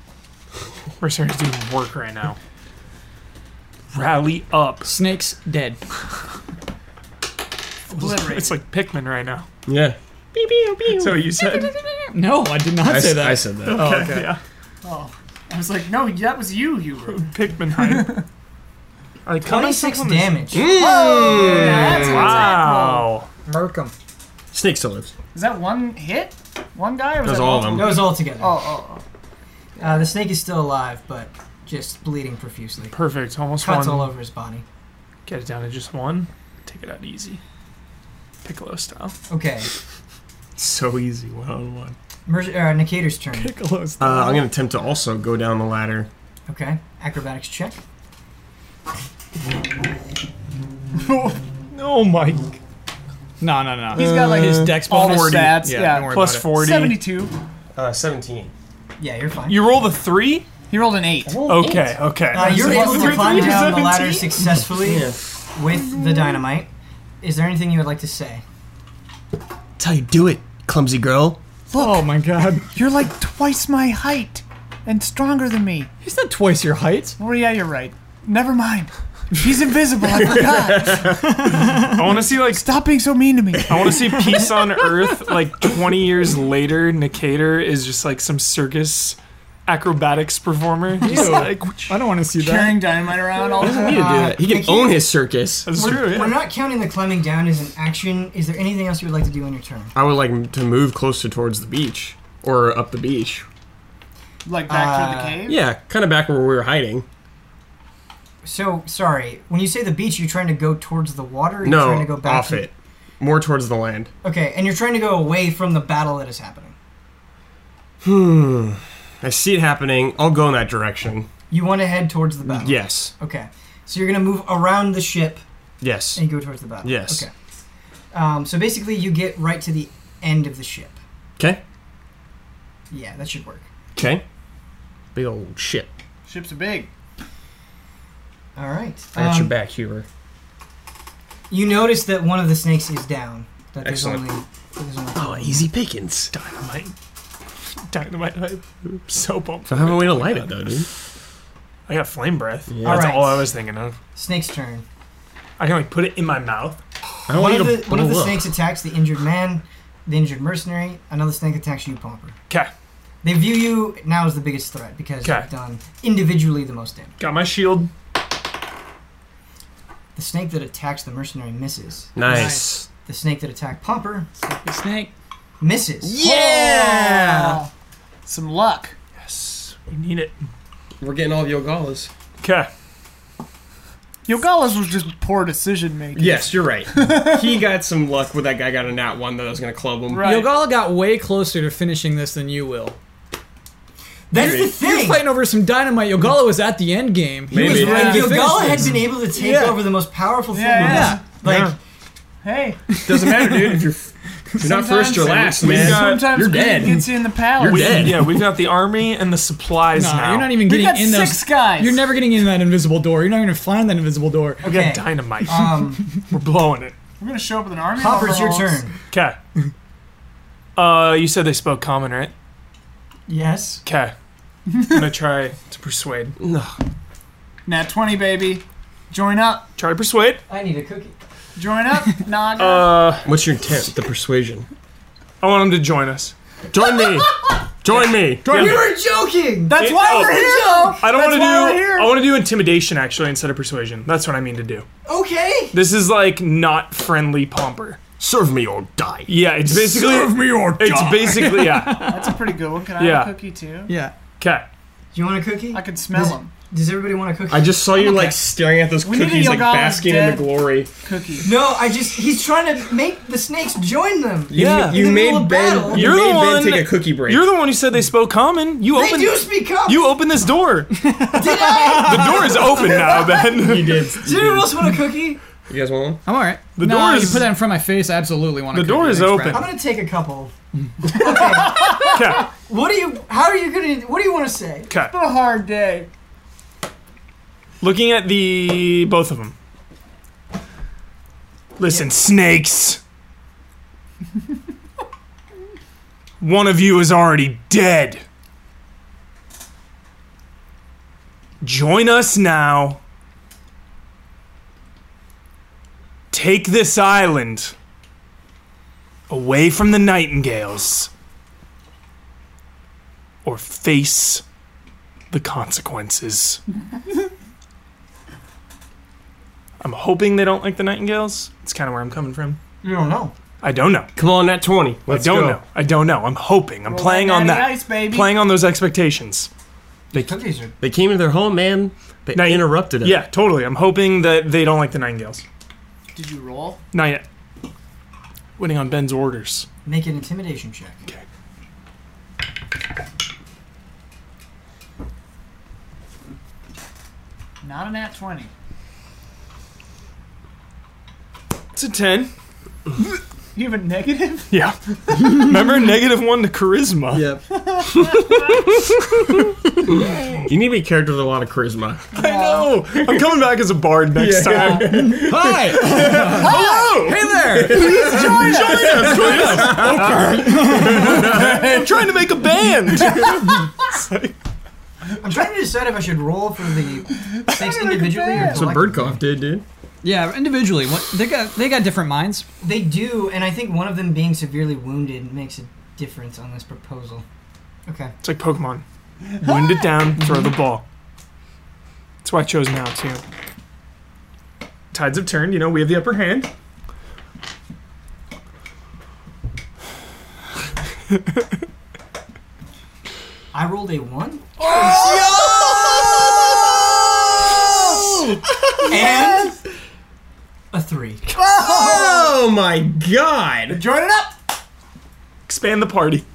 Speaker 6: Mercenaries doing work right now. Rally up.
Speaker 3: Snakes dead.
Speaker 4: Obliterated.
Speaker 6: It's like Pikmin right now.
Speaker 7: Yeah.
Speaker 6: So you said.
Speaker 3: No, I did not
Speaker 7: I,
Speaker 3: say
Speaker 7: s-
Speaker 3: that.
Speaker 7: I said that.
Speaker 6: Oh, okay. Yeah.
Speaker 4: oh, I was like, no, that was you, Hubert.
Speaker 6: Pikmin hype. Like, how does
Speaker 1: 26
Speaker 6: someone-
Speaker 7: Oh,
Speaker 1: damage.
Speaker 4: That's
Speaker 6: Wow.
Speaker 1: Merc 'em.
Speaker 7: Mm. Snake still lives.
Speaker 4: Is that one hit? One guy? Or was
Speaker 7: That was
Speaker 4: that
Speaker 7: all of them.
Speaker 1: That was all together.
Speaker 4: Oh, oh, oh.
Speaker 1: Uh, the snake is still alive, but just bleeding profusely.
Speaker 6: Perfect. Almost
Speaker 1: Cuts
Speaker 6: one.
Speaker 1: all over his body.
Speaker 6: Get it down to just one. Take it out easy. Piccolo style.
Speaker 1: Okay.
Speaker 7: So easy, one on one.
Speaker 1: Mer- uh, Nicator's turn.
Speaker 4: oh.
Speaker 6: Piccolo style.
Speaker 7: Uh, I'm gonna attempt to also go down the ladder.
Speaker 1: Okay. Acrobatics check.
Speaker 6: Oh my.
Speaker 3: No, no, no.
Speaker 4: He's got like
Speaker 3: his dex
Speaker 4: all the
Speaker 3: bonus.
Speaker 4: stats.
Speaker 3: Yeah,
Speaker 4: Yeah,
Speaker 3: don't worry
Speaker 6: Plus
Speaker 3: about it.
Speaker 6: 40.
Speaker 4: seventy-two.
Speaker 7: Uh, 17.
Speaker 1: Yeah, you're fine.
Speaker 6: You roll the three?
Speaker 4: He rolled an eight.
Speaker 6: Okay, okay.
Speaker 1: uh, you're able to climb down the ladder successfully
Speaker 7: Yeah.
Speaker 1: with the dynamite. Is there anything you would like to say?
Speaker 7: That's how you do it, clumsy girl.
Speaker 3: Oh my god.
Speaker 4: You're like twice my height. and stronger than me.
Speaker 3: He's not twice your height.
Speaker 4: Well, yeah, you're right. Never mind. He's invisible. I forgot.
Speaker 6: I want to see like
Speaker 4: Stop being so mean to me.
Speaker 6: I want to see Peace on Earth like 20 years later. Nicator is just like some circus acrobatics performer. Just, like,
Speaker 3: I don't want to see that.
Speaker 4: Carrying dynamite around all the
Speaker 7: He
Speaker 4: time.
Speaker 7: can do that. He can
Speaker 1: Thank you.
Speaker 7: own his circus.
Speaker 6: that's
Speaker 1: We're,
Speaker 6: true.
Speaker 1: we're
Speaker 6: Yeah.
Speaker 1: not counting the climbing down as an action. Is there anything else you would like to do on your turn?
Speaker 7: I would like him to move closer towards the beach or up the beach.
Speaker 4: Like back
Speaker 1: Uh,
Speaker 4: to the cave.
Speaker 7: Yeah, kind of back where we were hiding.
Speaker 1: So sorry. When you say the beach, you're trying to go towards the water. Or you're
Speaker 7: No,
Speaker 1: trying to go back
Speaker 7: off
Speaker 1: to,
Speaker 7: it. More towards the land.
Speaker 1: Okay, and you're trying to go away from the battle that is happening.
Speaker 7: Hmm. I see it happening. I'll go in that direction.
Speaker 1: You want to head towards the battle.
Speaker 7: Yes.
Speaker 1: Okay. So you're gonna move around the ship
Speaker 7: Yes.
Speaker 1: and go towards the battle.
Speaker 7: Yes.
Speaker 1: Okay. Um, so basically, you get right to the end of the ship.
Speaker 7: Okay.
Speaker 1: Yeah, that should work.
Speaker 7: Okay. Big old ship.
Speaker 4: Ships are big.
Speaker 1: All right.
Speaker 7: I got
Speaker 1: Um,
Speaker 7: your back, Huber.
Speaker 1: You notice that one of the snakes is down. That there's
Speaker 7: Excellent.
Speaker 1: only. that There's only
Speaker 7: Oh, easy pickings.
Speaker 6: Dynamite. Dynamite. I'm so pumped.
Speaker 7: So I have a way to light it though, dude.
Speaker 6: I got flame breath.
Speaker 7: Yeah.
Speaker 6: That's
Speaker 1: Alright.
Speaker 6: all I was thinking of.
Speaker 1: snake's turn.
Speaker 6: I can like put it in my mouth.
Speaker 7: I don't
Speaker 1: One
Speaker 7: want
Speaker 1: of
Speaker 7: you to
Speaker 1: the, one of the
Speaker 7: blow up.
Speaker 1: snakes attacks the injured man, the injured mercenary. Another snake attacks you, Pomper.
Speaker 6: 'Kay.
Speaker 1: They view you now as the biggest threat because
Speaker 6: 'Kay.
Speaker 1: you've done individually the most damage.
Speaker 6: Got my shield.
Speaker 1: The snake that attacks the mercenary misses.
Speaker 7: Nice.
Speaker 1: The snake that attacked Pomper
Speaker 3: The snake.
Speaker 1: misses.
Speaker 7: Yeah.
Speaker 4: Wow. Some luck.
Speaker 6: Yes. We need it.
Speaker 5: We're getting all the Ogalas.
Speaker 6: Okay.
Speaker 4: Yogalas was just poor decision making.
Speaker 7: Yes, you're right. he got some luck with that guy got a nat one that I was gonna club him.
Speaker 6: Right.
Speaker 3: Yogal got way closer to finishing this than you will.
Speaker 1: That's the
Speaker 3: You're
Speaker 1: thing.
Speaker 3: fighting over some dynamite. Yogala was at the end game. He was
Speaker 7: Maybe.
Speaker 1: Like,
Speaker 3: ready to finish
Speaker 1: Yogala
Speaker 3: this.
Speaker 1: had been able to take
Speaker 3: Yeah.
Speaker 1: over the most powerful thing.
Speaker 4: Yeah,
Speaker 1: on this- Like,
Speaker 6: Yeah.
Speaker 4: Hey,
Speaker 7: Doesn't matter, dude. If you're, if you're not first, you're last,
Speaker 6: we
Speaker 7: man.
Speaker 6: got-
Speaker 4: sometimes
Speaker 7: you're
Speaker 4: greed
Speaker 7: dead.
Speaker 4: gets you in the palace.
Speaker 7: You're
Speaker 6: We,
Speaker 7: dead.
Speaker 6: Yeah, we've got the army and the supplies
Speaker 3: Nah,
Speaker 6: now.
Speaker 3: you're not even
Speaker 4: We
Speaker 3: getting
Speaker 4: got
Speaker 3: in those.
Speaker 4: six guys.
Speaker 3: You're never getting in that invisible door. You're not going to find that invisible door.
Speaker 6: We got
Speaker 1: Okay.
Speaker 6: dynamite.
Speaker 1: um,
Speaker 6: We're blowing it.
Speaker 4: We're gonna show up with an army. of
Speaker 1: Pomper, it's your
Speaker 4: overalls.
Speaker 1: turn.
Speaker 6: Okay. Uh, you said they spoke common, right?
Speaker 1: Yes.
Speaker 6: Okay. I'm gonna try to persuade.
Speaker 4: Nat twenty, baby. Join up.
Speaker 6: Try to persuade.
Speaker 1: I need a cookie.
Speaker 4: Join up. Naga.
Speaker 6: Uh,
Speaker 7: What's your intent? The persuasion.
Speaker 6: I want them to join us.
Speaker 7: Join me. Join me.
Speaker 6: Yeah.
Speaker 1: You were joking.
Speaker 4: That's
Speaker 6: it-
Speaker 4: why
Speaker 6: oh.
Speaker 4: we're here.
Speaker 6: I don't want
Speaker 4: That's
Speaker 6: to
Speaker 4: why we're
Speaker 6: do.
Speaker 4: here.
Speaker 6: I want to do intimidation actually instead of persuasion. That's what I mean to do.
Speaker 1: Okay.
Speaker 6: This is like not friendly pomper.
Speaker 7: Serve me or die.
Speaker 6: Yeah, it's basically.
Speaker 7: me or
Speaker 6: It's basically yeah.
Speaker 4: That's a pretty good one. Can I
Speaker 6: Yeah.
Speaker 4: have a cookie too?
Speaker 3: Yeah.
Speaker 6: Okay.
Speaker 1: Do you want a cookie?
Speaker 4: I can smell
Speaker 1: Is-
Speaker 4: them.
Speaker 1: Does everybody want a cookie?
Speaker 7: I just saw you like staring at those
Speaker 4: We need a
Speaker 7: cookies, like
Speaker 4: Yogala's
Speaker 7: basking in
Speaker 4: dead.
Speaker 7: the glory.
Speaker 4: Cookie.
Speaker 1: No, I just he's trying to make the snakes join them.
Speaker 6: Yeah.
Speaker 7: You,
Speaker 1: In the middle
Speaker 7: made
Speaker 1: of
Speaker 7: Ben.
Speaker 1: battle.
Speaker 7: You
Speaker 6: You're
Speaker 7: made
Speaker 6: the
Speaker 7: Ben
Speaker 6: one-
Speaker 7: take a cookie break.
Speaker 6: You're the one who said they spoke common. You
Speaker 1: They
Speaker 6: opened.
Speaker 1: do speak up.
Speaker 6: You opened this door.
Speaker 1: did I?
Speaker 6: The door is open now, Ben.
Speaker 7: you did.
Speaker 1: Does anyone else want a cookie?
Speaker 7: You guys want one?
Speaker 3: I'm all right.
Speaker 6: The
Speaker 3: Nah,
Speaker 6: door
Speaker 3: You
Speaker 6: is-
Speaker 3: put that in front of my face. I absolutely want
Speaker 6: The
Speaker 3: to.
Speaker 6: door is open.
Speaker 1: I'm gonna take a couple. Okay.
Speaker 6: Okay.
Speaker 1: What are you? How are you gonna? What do you want to say?
Speaker 6: Okay.
Speaker 4: What a hard day.
Speaker 6: Looking at the both of them. Listen, snakes. One of you is already dead. Join us now. Take this island away from the nightingales or face the consequences. I'm hoping they don't like the Nightingales. It's kind of where I'm coming from.
Speaker 1: You don't know.
Speaker 6: I don't know.
Speaker 7: Come on, that twenty. Let's
Speaker 6: I don't
Speaker 7: go.
Speaker 6: know. I don't know. I'm hoping. I'm
Speaker 4: Roll
Speaker 6: playing on
Speaker 4: natty
Speaker 6: that.
Speaker 4: Ice, baby.
Speaker 6: Playing on those expectations.
Speaker 1: Cookies are.
Speaker 7: They came to their home, man. They
Speaker 6: Now you-
Speaker 7: interrupted it.
Speaker 6: Yeah, totally. I'm hoping that they don't like the Nightingales.
Speaker 4: Did you roll?
Speaker 6: Not yet. Waiting on Ben's orders.
Speaker 1: Make an intimidation check.
Speaker 4: Not a nat twenty.
Speaker 6: It's a 10.
Speaker 4: You have a negative.
Speaker 6: Yeah. Remember, negative one to charisma.
Speaker 8: Yep.
Speaker 7: You need to be a character with a lot of charisma.
Speaker 6: I know. I'm coming back as a bard next time.
Speaker 3: Hi.
Speaker 6: Hello!
Speaker 3: Hey there.
Speaker 6: I'm trying to make a band. It's like-
Speaker 1: I'm trying to decide if I should roll for the things individually or
Speaker 4: That's
Speaker 7: So
Speaker 1: collectively.
Speaker 7: Birdcough did, dude.
Speaker 3: Yeah, individually, what, they got they got different minds.
Speaker 1: They do, and I think one of them being severely wounded makes a difference on this proposal. Okay.
Speaker 6: It's like Pokemon. Wind it down, throw the ball. That's why I chose now too.
Speaker 2: Tides have turned. You know, we have the upper hand.
Speaker 1: I rolled a one. Oh! and a three.
Speaker 7: Oh my god!
Speaker 1: Join it up!
Speaker 6: Expand the party.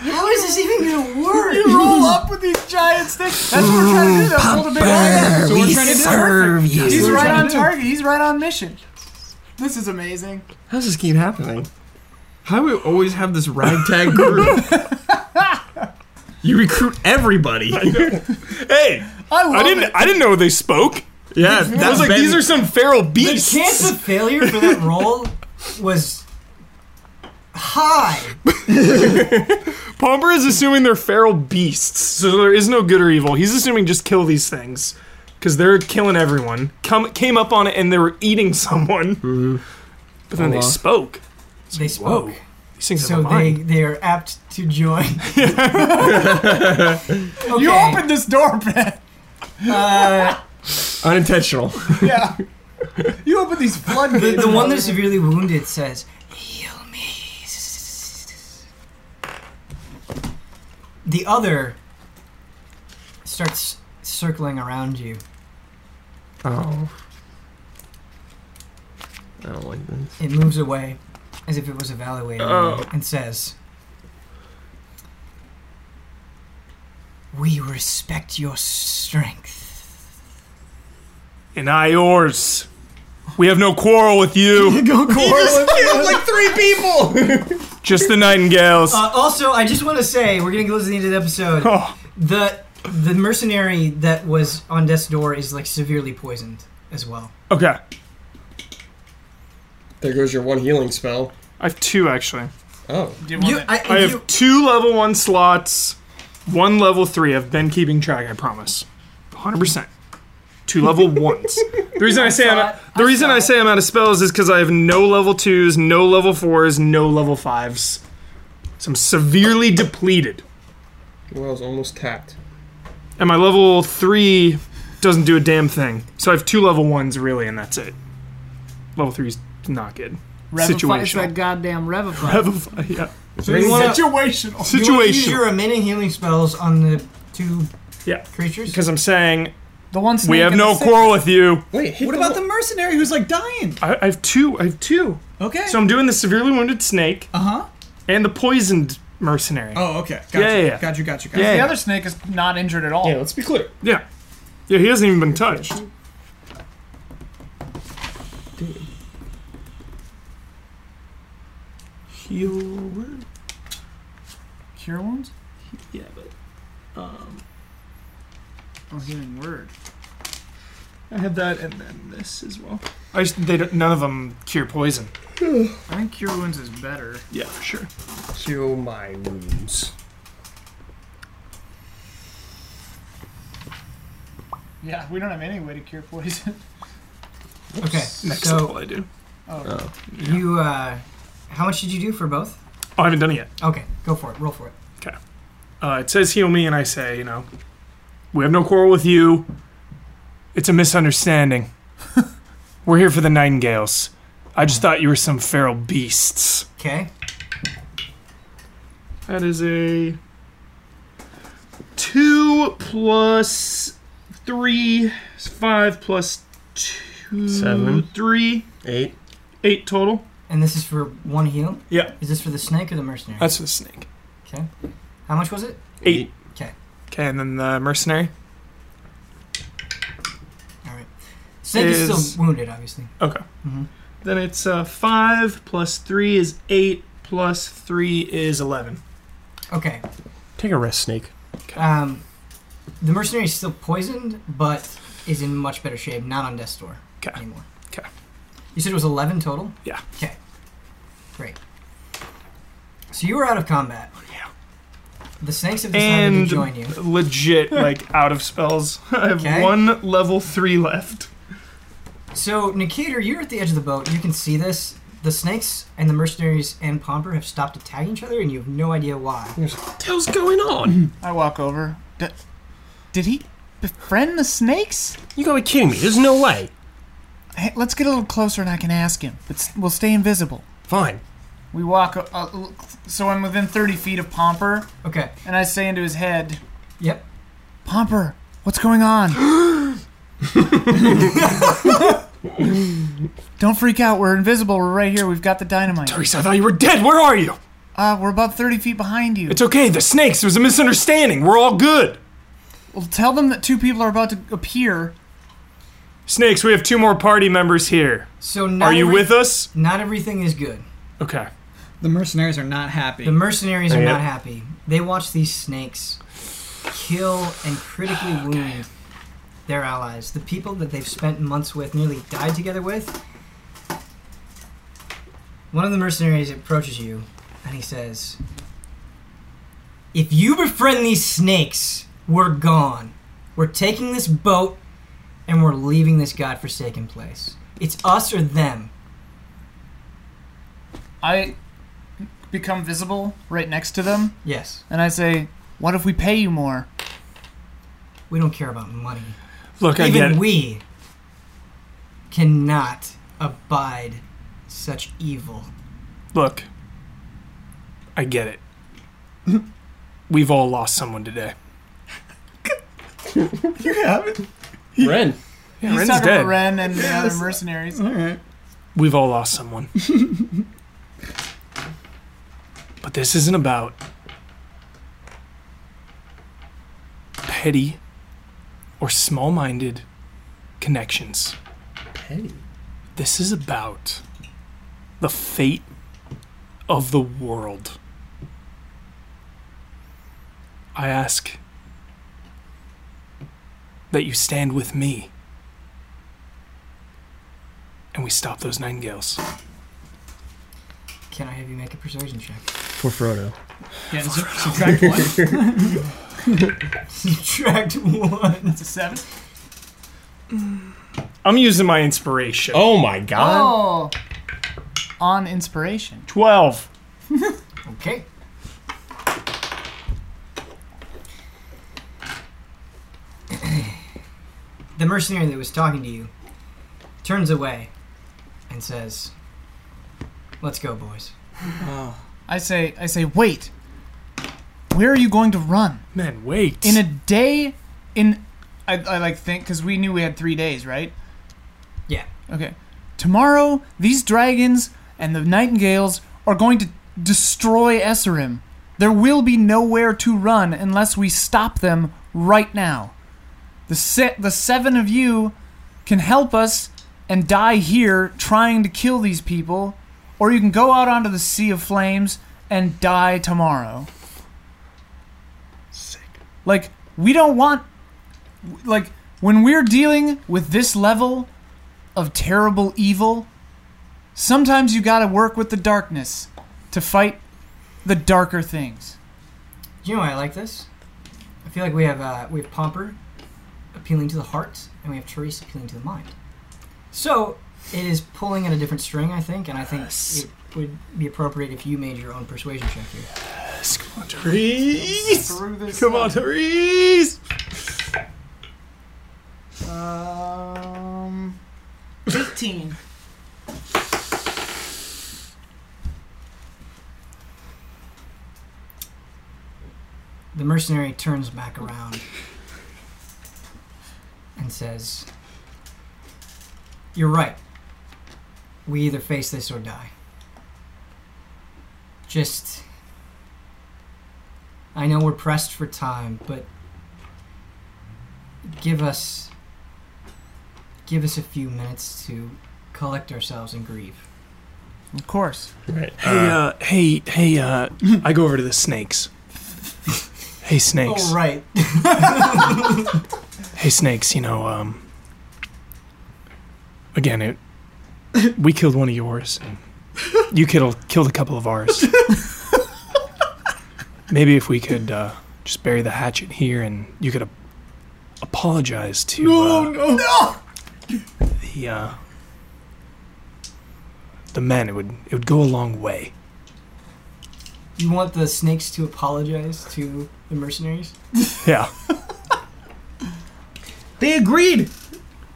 Speaker 1: How is this even gonna work?
Speaker 4: roll up with these giant sticks. That's what we're trying to do. That's what the big idea.
Speaker 1: So we're trying to serve you.
Speaker 4: He's right on target. He's right on mission. This is amazing.
Speaker 7: How's this keep happening? How do we always have this ragtag group? you recruit everybody.
Speaker 6: Hey,
Speaker 4: I
Speaker 7: Oh,
Speaker 4: love
Speaker 6: I didn't
Speaker 4: it.
Speaker 6: I didn't know they spoke.
Speaker 7: yeah,
Speaker 6: I
Speaker 7: that's
Speaker 6: was like, these are some feral beasts.
Speaker 1: The chance of failure for that roll was high.
Speaker 6: Palmer is assuming they're feral beasts, so there is no good or evil. He's assuming just kill these things because they're killing everyone. Come came up on it and they were eating someone,
Speaker 1: Mm-hmm.
Speaker 6: but then they
Speaker 7: Voila.
Speaker 6: spoke.
Speaker 1: They spoke,
Speaker 6: Whoa, these things
Speaker 1: so
Speaker 6: have a
Speaker 1: they
Speaker 6: mind.
Speaker 1: they are apt to join. okay.
Speaker 4: You opened this door, Ben.
Speaker 1: uh,
Speaker 7: unintentional.
Speaker 4: Yeah. You opened these
Speaker 1: the,
Speaker 4: floodgates.
Speaker 1: the one that's severely wounded says, "Heal me." The other starts circling around you.
Speaker 7: Oh. I don't like this.
Speaker 1: It moves away as if it was evaluating you
Speaker 7: Oh.
Speaker 1: and says, We respect your strength.
Speaker 6: And I yours. We have no quarrel with you.
Speaker 7: killed like three people!
Speaker 6: just the nightingales.
Speaker 1: Uh, also, I just want to say, we're getting close to the end of the episode.
Speaker 6: Oh.
Speaker 1: The the mercenary that was on death's door is like severely poisoned as well.
Speaker 6: okay,
Speaker 7: there goes your one healing spell.
Speaker 6: I have two actually.
Speaker 7: Oh.
Speaker 1: You, I,
Speaker 6: I
Speaker 1: if
Speaker 6: have
Speaker 1: you,
Speaker 6: two level one slots, one level three. I've been keeping track. I promise, hundred percent. Two level ones. The reason I say I'm out, the reason I say I'm out of spells is because I have no level twos, no level fours, no level fives. So I'm severely depleted,
Speaker 7: Well, I was almost tapped.
Speaker 6: and my level three doesn't do a damn thing. So I have two level ones really, and that's it. Level three's not good.
Speaker 4: Revify- It's
Speaker 6: Situational.
Speaker 4: that goddamn Revify.
Speaker 6: Have a- yeah.
Speaker 1: so you want to
Speaker 6: Oh,
Speaker 4: Situational.
Speaker 1: use
Speaker 6: Situation.
Speaker 1: your remaining healing spells on the two
Speaker 6: Yeah.
Speaker 1: creatures?
Speaker 6: Because I'm saying
Speaker 4: The one
Speaker 6: we
Speaker 4: snake
Speaker 6: have
Speaker 4: and
Speaker 6: no
Speaker 4: the snake.
Speaker 6: quarrel with you.
Speaker 7: Wait, hit
Speaker 8: What about the mercenary who's like dying?
Speaker 6: I, I have two. I have two.
Speaker 8: Okay.
Speaker 6: So I'm doing the severely wounded snake
Speaker 8: uh
Speaker 3: Uh-huh.
Speaker 8: huh.
Speaker 6: and the poisoned mercenary.
Speaker 8: Oh, okay. Gotcha.
Speaker 6: Yeah, yeah, yeah.
Speaker 8: Gotcha. Gotcha. Gotcha.
Speaker 6: Yeah.
Speaker 4: The other snake is not injured at all.
Speaker 7: Yeah, let's be clear.
Speaker 6: Yeah. Yeah, he hasn't even been touched.
Speaker 7: Heal word?
Speaker 4: Cure wounds?
Speaker 7: Yeah, but
Speaker 4: Oh, healing word.
Speaker 6: I have that and then this as well. I just, they don't, none of them cure poison.
Speaker 4: I think cure wounds is better.
Speaker 6: Yeah, for sure.
Speaker 7: heal my wounds.
Speaker 4: Yeah, we don't have any way to cure poison.
Speaker 1: okay,
Speaker 6: Next
Speaker 1: so
Speaker 6: level I do.
Speaker 1: you, uh, how much did you do for both?
Speaker 6: Oh, I haven't done it yet.
Speaker 1: Okay, go for it. Roll for it.
Speaker 6: Uh, it says heal me, and I say, you know, we have no quarrel with you. It's a misunderstanding. We're here for the nightingales. I just thought you were some feral beasts.
Speaker 1: Okay.
Speaker 6: That is a two plus three, five plus two,
Speaker 7: Seven.
Speaker 6: three,
Speaker 7: Eight.
Speaker 6: eight total.
Speaker 1: And this is for one heal?
Speaker 6: Yeah.
Speaker 1: Is this for the snake or the mercenary?
Speaker 6: That's the snake.
Speaker 1: okay. How much was it?
Speaker 6: Eight.
Speaker 1: Okay.
Speaker 6: Okay, and then the mercenary.
Speaker 1: All right. Snake is,
Speaker 6: Is-
Speaker 1: still wounded, obviously.
Speaker 6: Okay.
Speaker 7: Mm-hmm.
Speaker 1: Mhm.
Speaker 6: Then it's uh, five plus three is eight plus three is eleven.
Speaker 1: Okay.
Speaker 7: Take a rest, Snake.
Speaker 1: Um, the mercenary is still poisoned, but is in much better shape, not on death's door
Speaker 6: 'Kay.
Speaker 1: anymore.
Speaker 6: 'Kay.
Speaker 1: You said it was 11 total?
Speaker 6: Yeah.
Speaker 1: Okay. Great. So you were out of combat.
Speaker 6: Oh, Yeah.
Speaker 1: The snakes have decided
Speaker 6: and
Speaker 1: to join you.
Speaker 6: legit like out of spells. I have
Speaker 1: Okay.
Speaker 6: one level three left.
Speaker 1: So, Nicator, you're at the edge of the boat. You can see this. The snakes and the mercenaries and Pomper have stopped attacking each other, and you have no idea why.
Speaker 5: the hell's going on?
Speaker 4: I walk over. D- did he befriend the snakes?
Speaker 5: You gotta be kidding me. There's no way.
Speaker 4: Hey, let's get a little closer and I can ask him. But s- we'll stay invisible.
Speaker 5: Fine.
Speaker 4: We walk. Uh, uh, l- so I'm within 30 feet of Pomper,
Speaker 1: Okay.
Speaker 4: and I say into his head,
Speaker 1: Yep.
Speaker 4: Pomper, what's going on? Don't freak out. We're invisible. We're right here. We've got the dynamite.
Speaker 6: Reese, I thought you were dead. Where are you?
Speaker 4: Uh, we're about 30 feet behind you.
Speaker 6: It's okay. The snakes. It was a misunderstanding. We're all good.
Speaker 4: Well, tell them that two people are about to appear.
Speaker 6: Snakes, we have two more party members here.
Speaker 1: So, not
Speaker 6: Are you
Speaker 1: every-
Speaker 6: with us?
Speaker 1: Not everything is good.
Speaker 6: Okay.
Speaker 3: The mercenaries are not happy.
Speaker 1: The mercenaries are
Speaker 7: Yep.
Speaker 1: not happy. They watch these snakes kill and critically wound their allies, the people that they've spent months with, nearly died together with. One of the mercenaries approaches you and he says, If you befriend these snakes, we're gone. We're taking this boat and we're leaving this godforsaken place. It's us or them.
Speaker 4: I become visible right next to them,
Speaker 1: Yes,
Speaker 4: and I say, What if we pay you more?
Speaker 1: we don't care about money.
Speaker 6: Look, I get
Speaker 1: Even
Speaker 6: it.
Speaker 1: we cannot abide such evil.
Speaker 6: Look, I get it. We've all lost someone today.
Speaker 7: Ren.
Speaker 6: Yeah,
Speaker 4: He's
Speaker 6: Ren's
Speaker 4: talking
Speaker 6: dead.
Speaker 4: about Ren and the other mercenaries.
Speaker 6: We've all lost someone. but this isn't about petty or small minded connections.
Speaker 7: Petty.
Speaker 6: This is about the fate of the world. I ask that you stand with me and we stop those nightingales.
Speaker 1: Can I have you make a persuasion check?
Speaker 7: For Frodo.
Speaker 3: Yeah, so, subtract one.
Speaker 1: Subtract one.
Speaker 4: It's a seven.
Speaker 6: I'm using my inspiration.
Speaker 7: Oh my
Speaker 4: Oh!
Speaker 7: god.
Speaker 4: On inspiration.
Speaker 6: 12.
Speaker 1: Okay. the mercenary that was talking to you turns away and says, Let's go, boys.
Speaker 4: I say, I say, Wait! Where are you going to run?
Speaker 6: Man, wait.
Speaker 4: In a day, in. I, I like think, because we knew we had three days, right?
Speaker 1: Yeah.
Speaker 4: Okay. Tomorrow, these dragons and the nightingales are going to destroy Esserim. There will be nowhere to run unless we stop them right now. The se- the seven of you can help us and die here trying to kill these people, or you can go out onto the sea of flames and die tomorrow. Sick. Like we don't want like when we're dealing with this level of terrible evil, sometimes you gotta work with the darkness to fight the darker things.
Speaker 1: Do you know why I like this? I feel like we have uh, we have Pomper appealing to the heart, and we have Therese appealing to the mind. So it is pulling at a different string, I think, and I think it would be appropriate if you made your own persuasion check here.
Speaker 7: Therese. Come on, Therese.
Speaker 4: Um, 18.
Speaker 1: The mercenary turns back around and says, "You're right. We either face this or die. Just, I know we're pressed for time, but give us, give us a few minutes to collect ourselves and grieve."
Speaker 4: Of course.
Speaker 7: Right.
Speaker 6: Hey, uh, hey, hey, uh, I go over to the snakes. Hey, snakes.
Speaker 1: Oh, right.
Speaker 6: Hey, snakes, you know, um, again, it, we killed one of yours. And you killed, killed a couple of ours.
Speaker 9: Maybe if we could uh, just bury the hatchet here and you could ap- apologize to uh,
Speaker 6: no, no.
Speaker 9: the uh, the men. It would it would go a long way.
Speaker 1: You want the snakes to apologize to the mercenaries?
Speaker 9: Yeah.
Speaker 6: They agreed.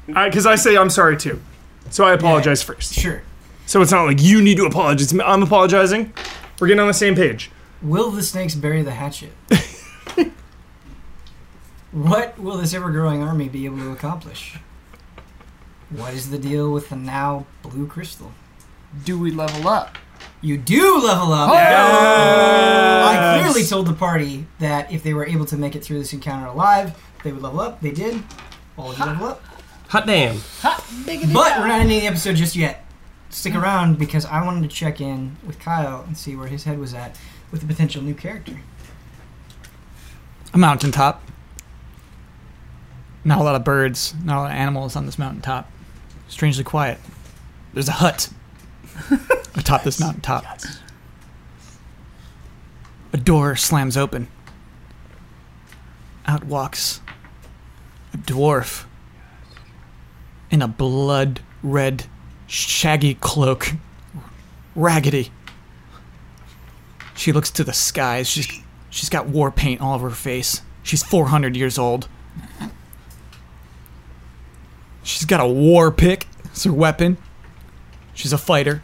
Speaker 6: Because I, say I'm sorry too, so I apologize first.
Speaker 1: Sure.
Speaker 6: So it's not like you need to apologize. to me. I'm apologizing. We're getting on the same page.
Speaker 1: Will the snakes bury the hatchet? what will this ever growing army be able to accomplish? What is the deal with the now blue crystal?
Speaker 4: Do we level up?
Speaker 1: You do level up!
Speaker 7: Uh,
Speaker 1: I clearly told the party that if they were able to make it through this encounter alive, they would level up. They did. All of you level up.
Speaker 7: Hot damn.
Speaker 4: Oh!
Speaker 1: But we're not ending the episode just yet. Stick around because I wanted to check in with Kyle and see where his head was at with a potential new character.
Speaker 3: A mountaintop. Not a lot of birds, not a lot of animals on this mountaintop. Strangely quiet. There's a hut atop this mountaintop. A door slams open. Out walks a dwarf in a blood red, shaggy cloak. Raggedy. She looks to the skies. She's, she's got war paint all over her face. She's 400 years old. She's got a war pick. It's her weapon. She's a fighter.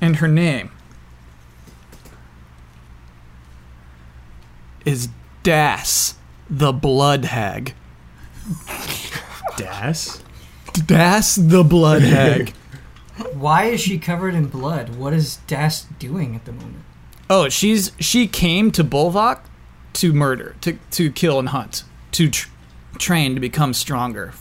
Speaker 3: And her name is Das the Blood Hag.
Speaker 7: Das?
Speaker 3: Das the Blood Hag.
Speaker 1: Why is she covered in blood? What is Das doing at the moment?
Speaker 3: Oh, she's she came to Bulvok to murder, to to kill and hunt, to tr- train to become stronger,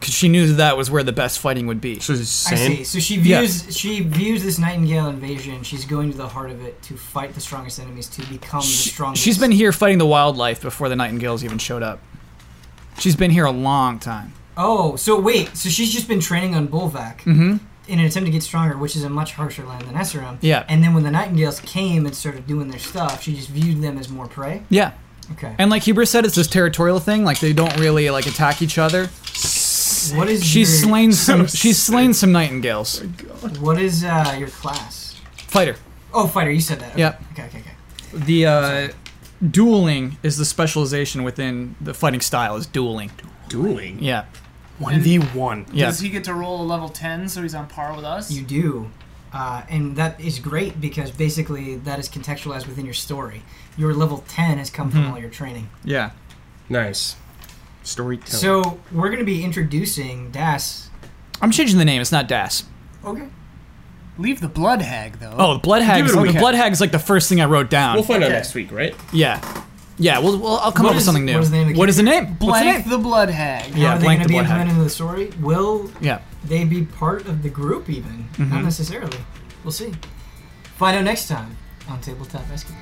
Speaker 3: because she knew that was where the best fighting would be.
Speaker 7: So it's
Speaker 1: I
Speaker 7: same.
Speaker 1: see. So she views she views this Nightingale invasion. She's going to the heart of it to fight the strongest enemies to become the strongest.
Speaker 3: She's been here fighting the wildlife before the Nightingales even showed up. She's been here a long time.
Speaker 1: Oh, so wait. So she's just been training on Bulvac
Speaker 3: Mm-hmm.
Speaker 1: in an attempt to get stronger, which is a much harsher land than Esseram.
Speaker 3: Yeah.
Speaker 1: And then when the Nightingales came and started doing their stuff, she just viewed them as more prey.
Speaker 3: Yeah.
Speaker 1: Okay.
Speaker 3: And like Hubris said, it's this territorial thing. Like they don't really like attack each other.
Speaker 1: what is
Speaker 3: She's
Speaker 1: your,
Speaker 3: slain some. She's slain some nightingales.
Speaker 1: What is uh, your class?
Speaker 3: Fighter.
Speaker 1: Oh, fighter. You said that. Okay.
Speaker 3: Yep.
Speaker 1: Okay. Okay. Okay.
Speaker 3: The uh, dueling is the specialization within the fighting style. Is dueling.
Speaker 7: Dueling.
Speaker 3: Yeah.
Speaker 6: One v one.
Speaker 3: Yeah.
Speaker 4: Does he get to roll a level 10 so he's on par with us?
Speaker 1: You do. Uh, and that is great because basically that is contextualized within your story. Your level 10 has come
Speaker 3: Mm-hmm.
Speaker 1: from all your training.
Speaker 3: Yeah.
Speaker 7: Nice. Storytelling.
Speaker 1: So we're going to be introducing Das.
Speaker 3: I'm changing the name. It's not Das.
Speaker 1: Okay.
Speaker 4: Leave the blood hag, though.
Speaker 3: Oh, the blood hag.
Speaker 6: Give
Speaker 3: is-
Speaker 6: it a
Speaker 3: The
Speaker 6: weekend.
Speaker 3: blood hag is like the first thing I wrote down.
Speaker 7: we'll find out next week, right?
Speaker 3: yeah. Yeah. Well, well I'll come
Speaker 1: What
Speaker 3: up with
Speaker 1: is-
Speaker 3: something new.
Speaker 1: what is the name of the
Speaker 3: What is the name? What's the
Speaker 4: Blank
Speaker 3: name?
Speaker 4: the blood hag.
Speaker 3: Yeah,
Speaker 1: How are they going
Speaker 3: blank
Speaker 1: to
Speaker 3: the
Speaker 1: be
Speaker 3: blood hag.
Speaker 1: implemented into the story? Will
Speaker 3: Yeah.
Speaker 1: they be part of the group
Speaker 3: Mm-hmm.
Speaker 1: even? Not necessarily. We'll see. Find out next time on Tabletop Escapade.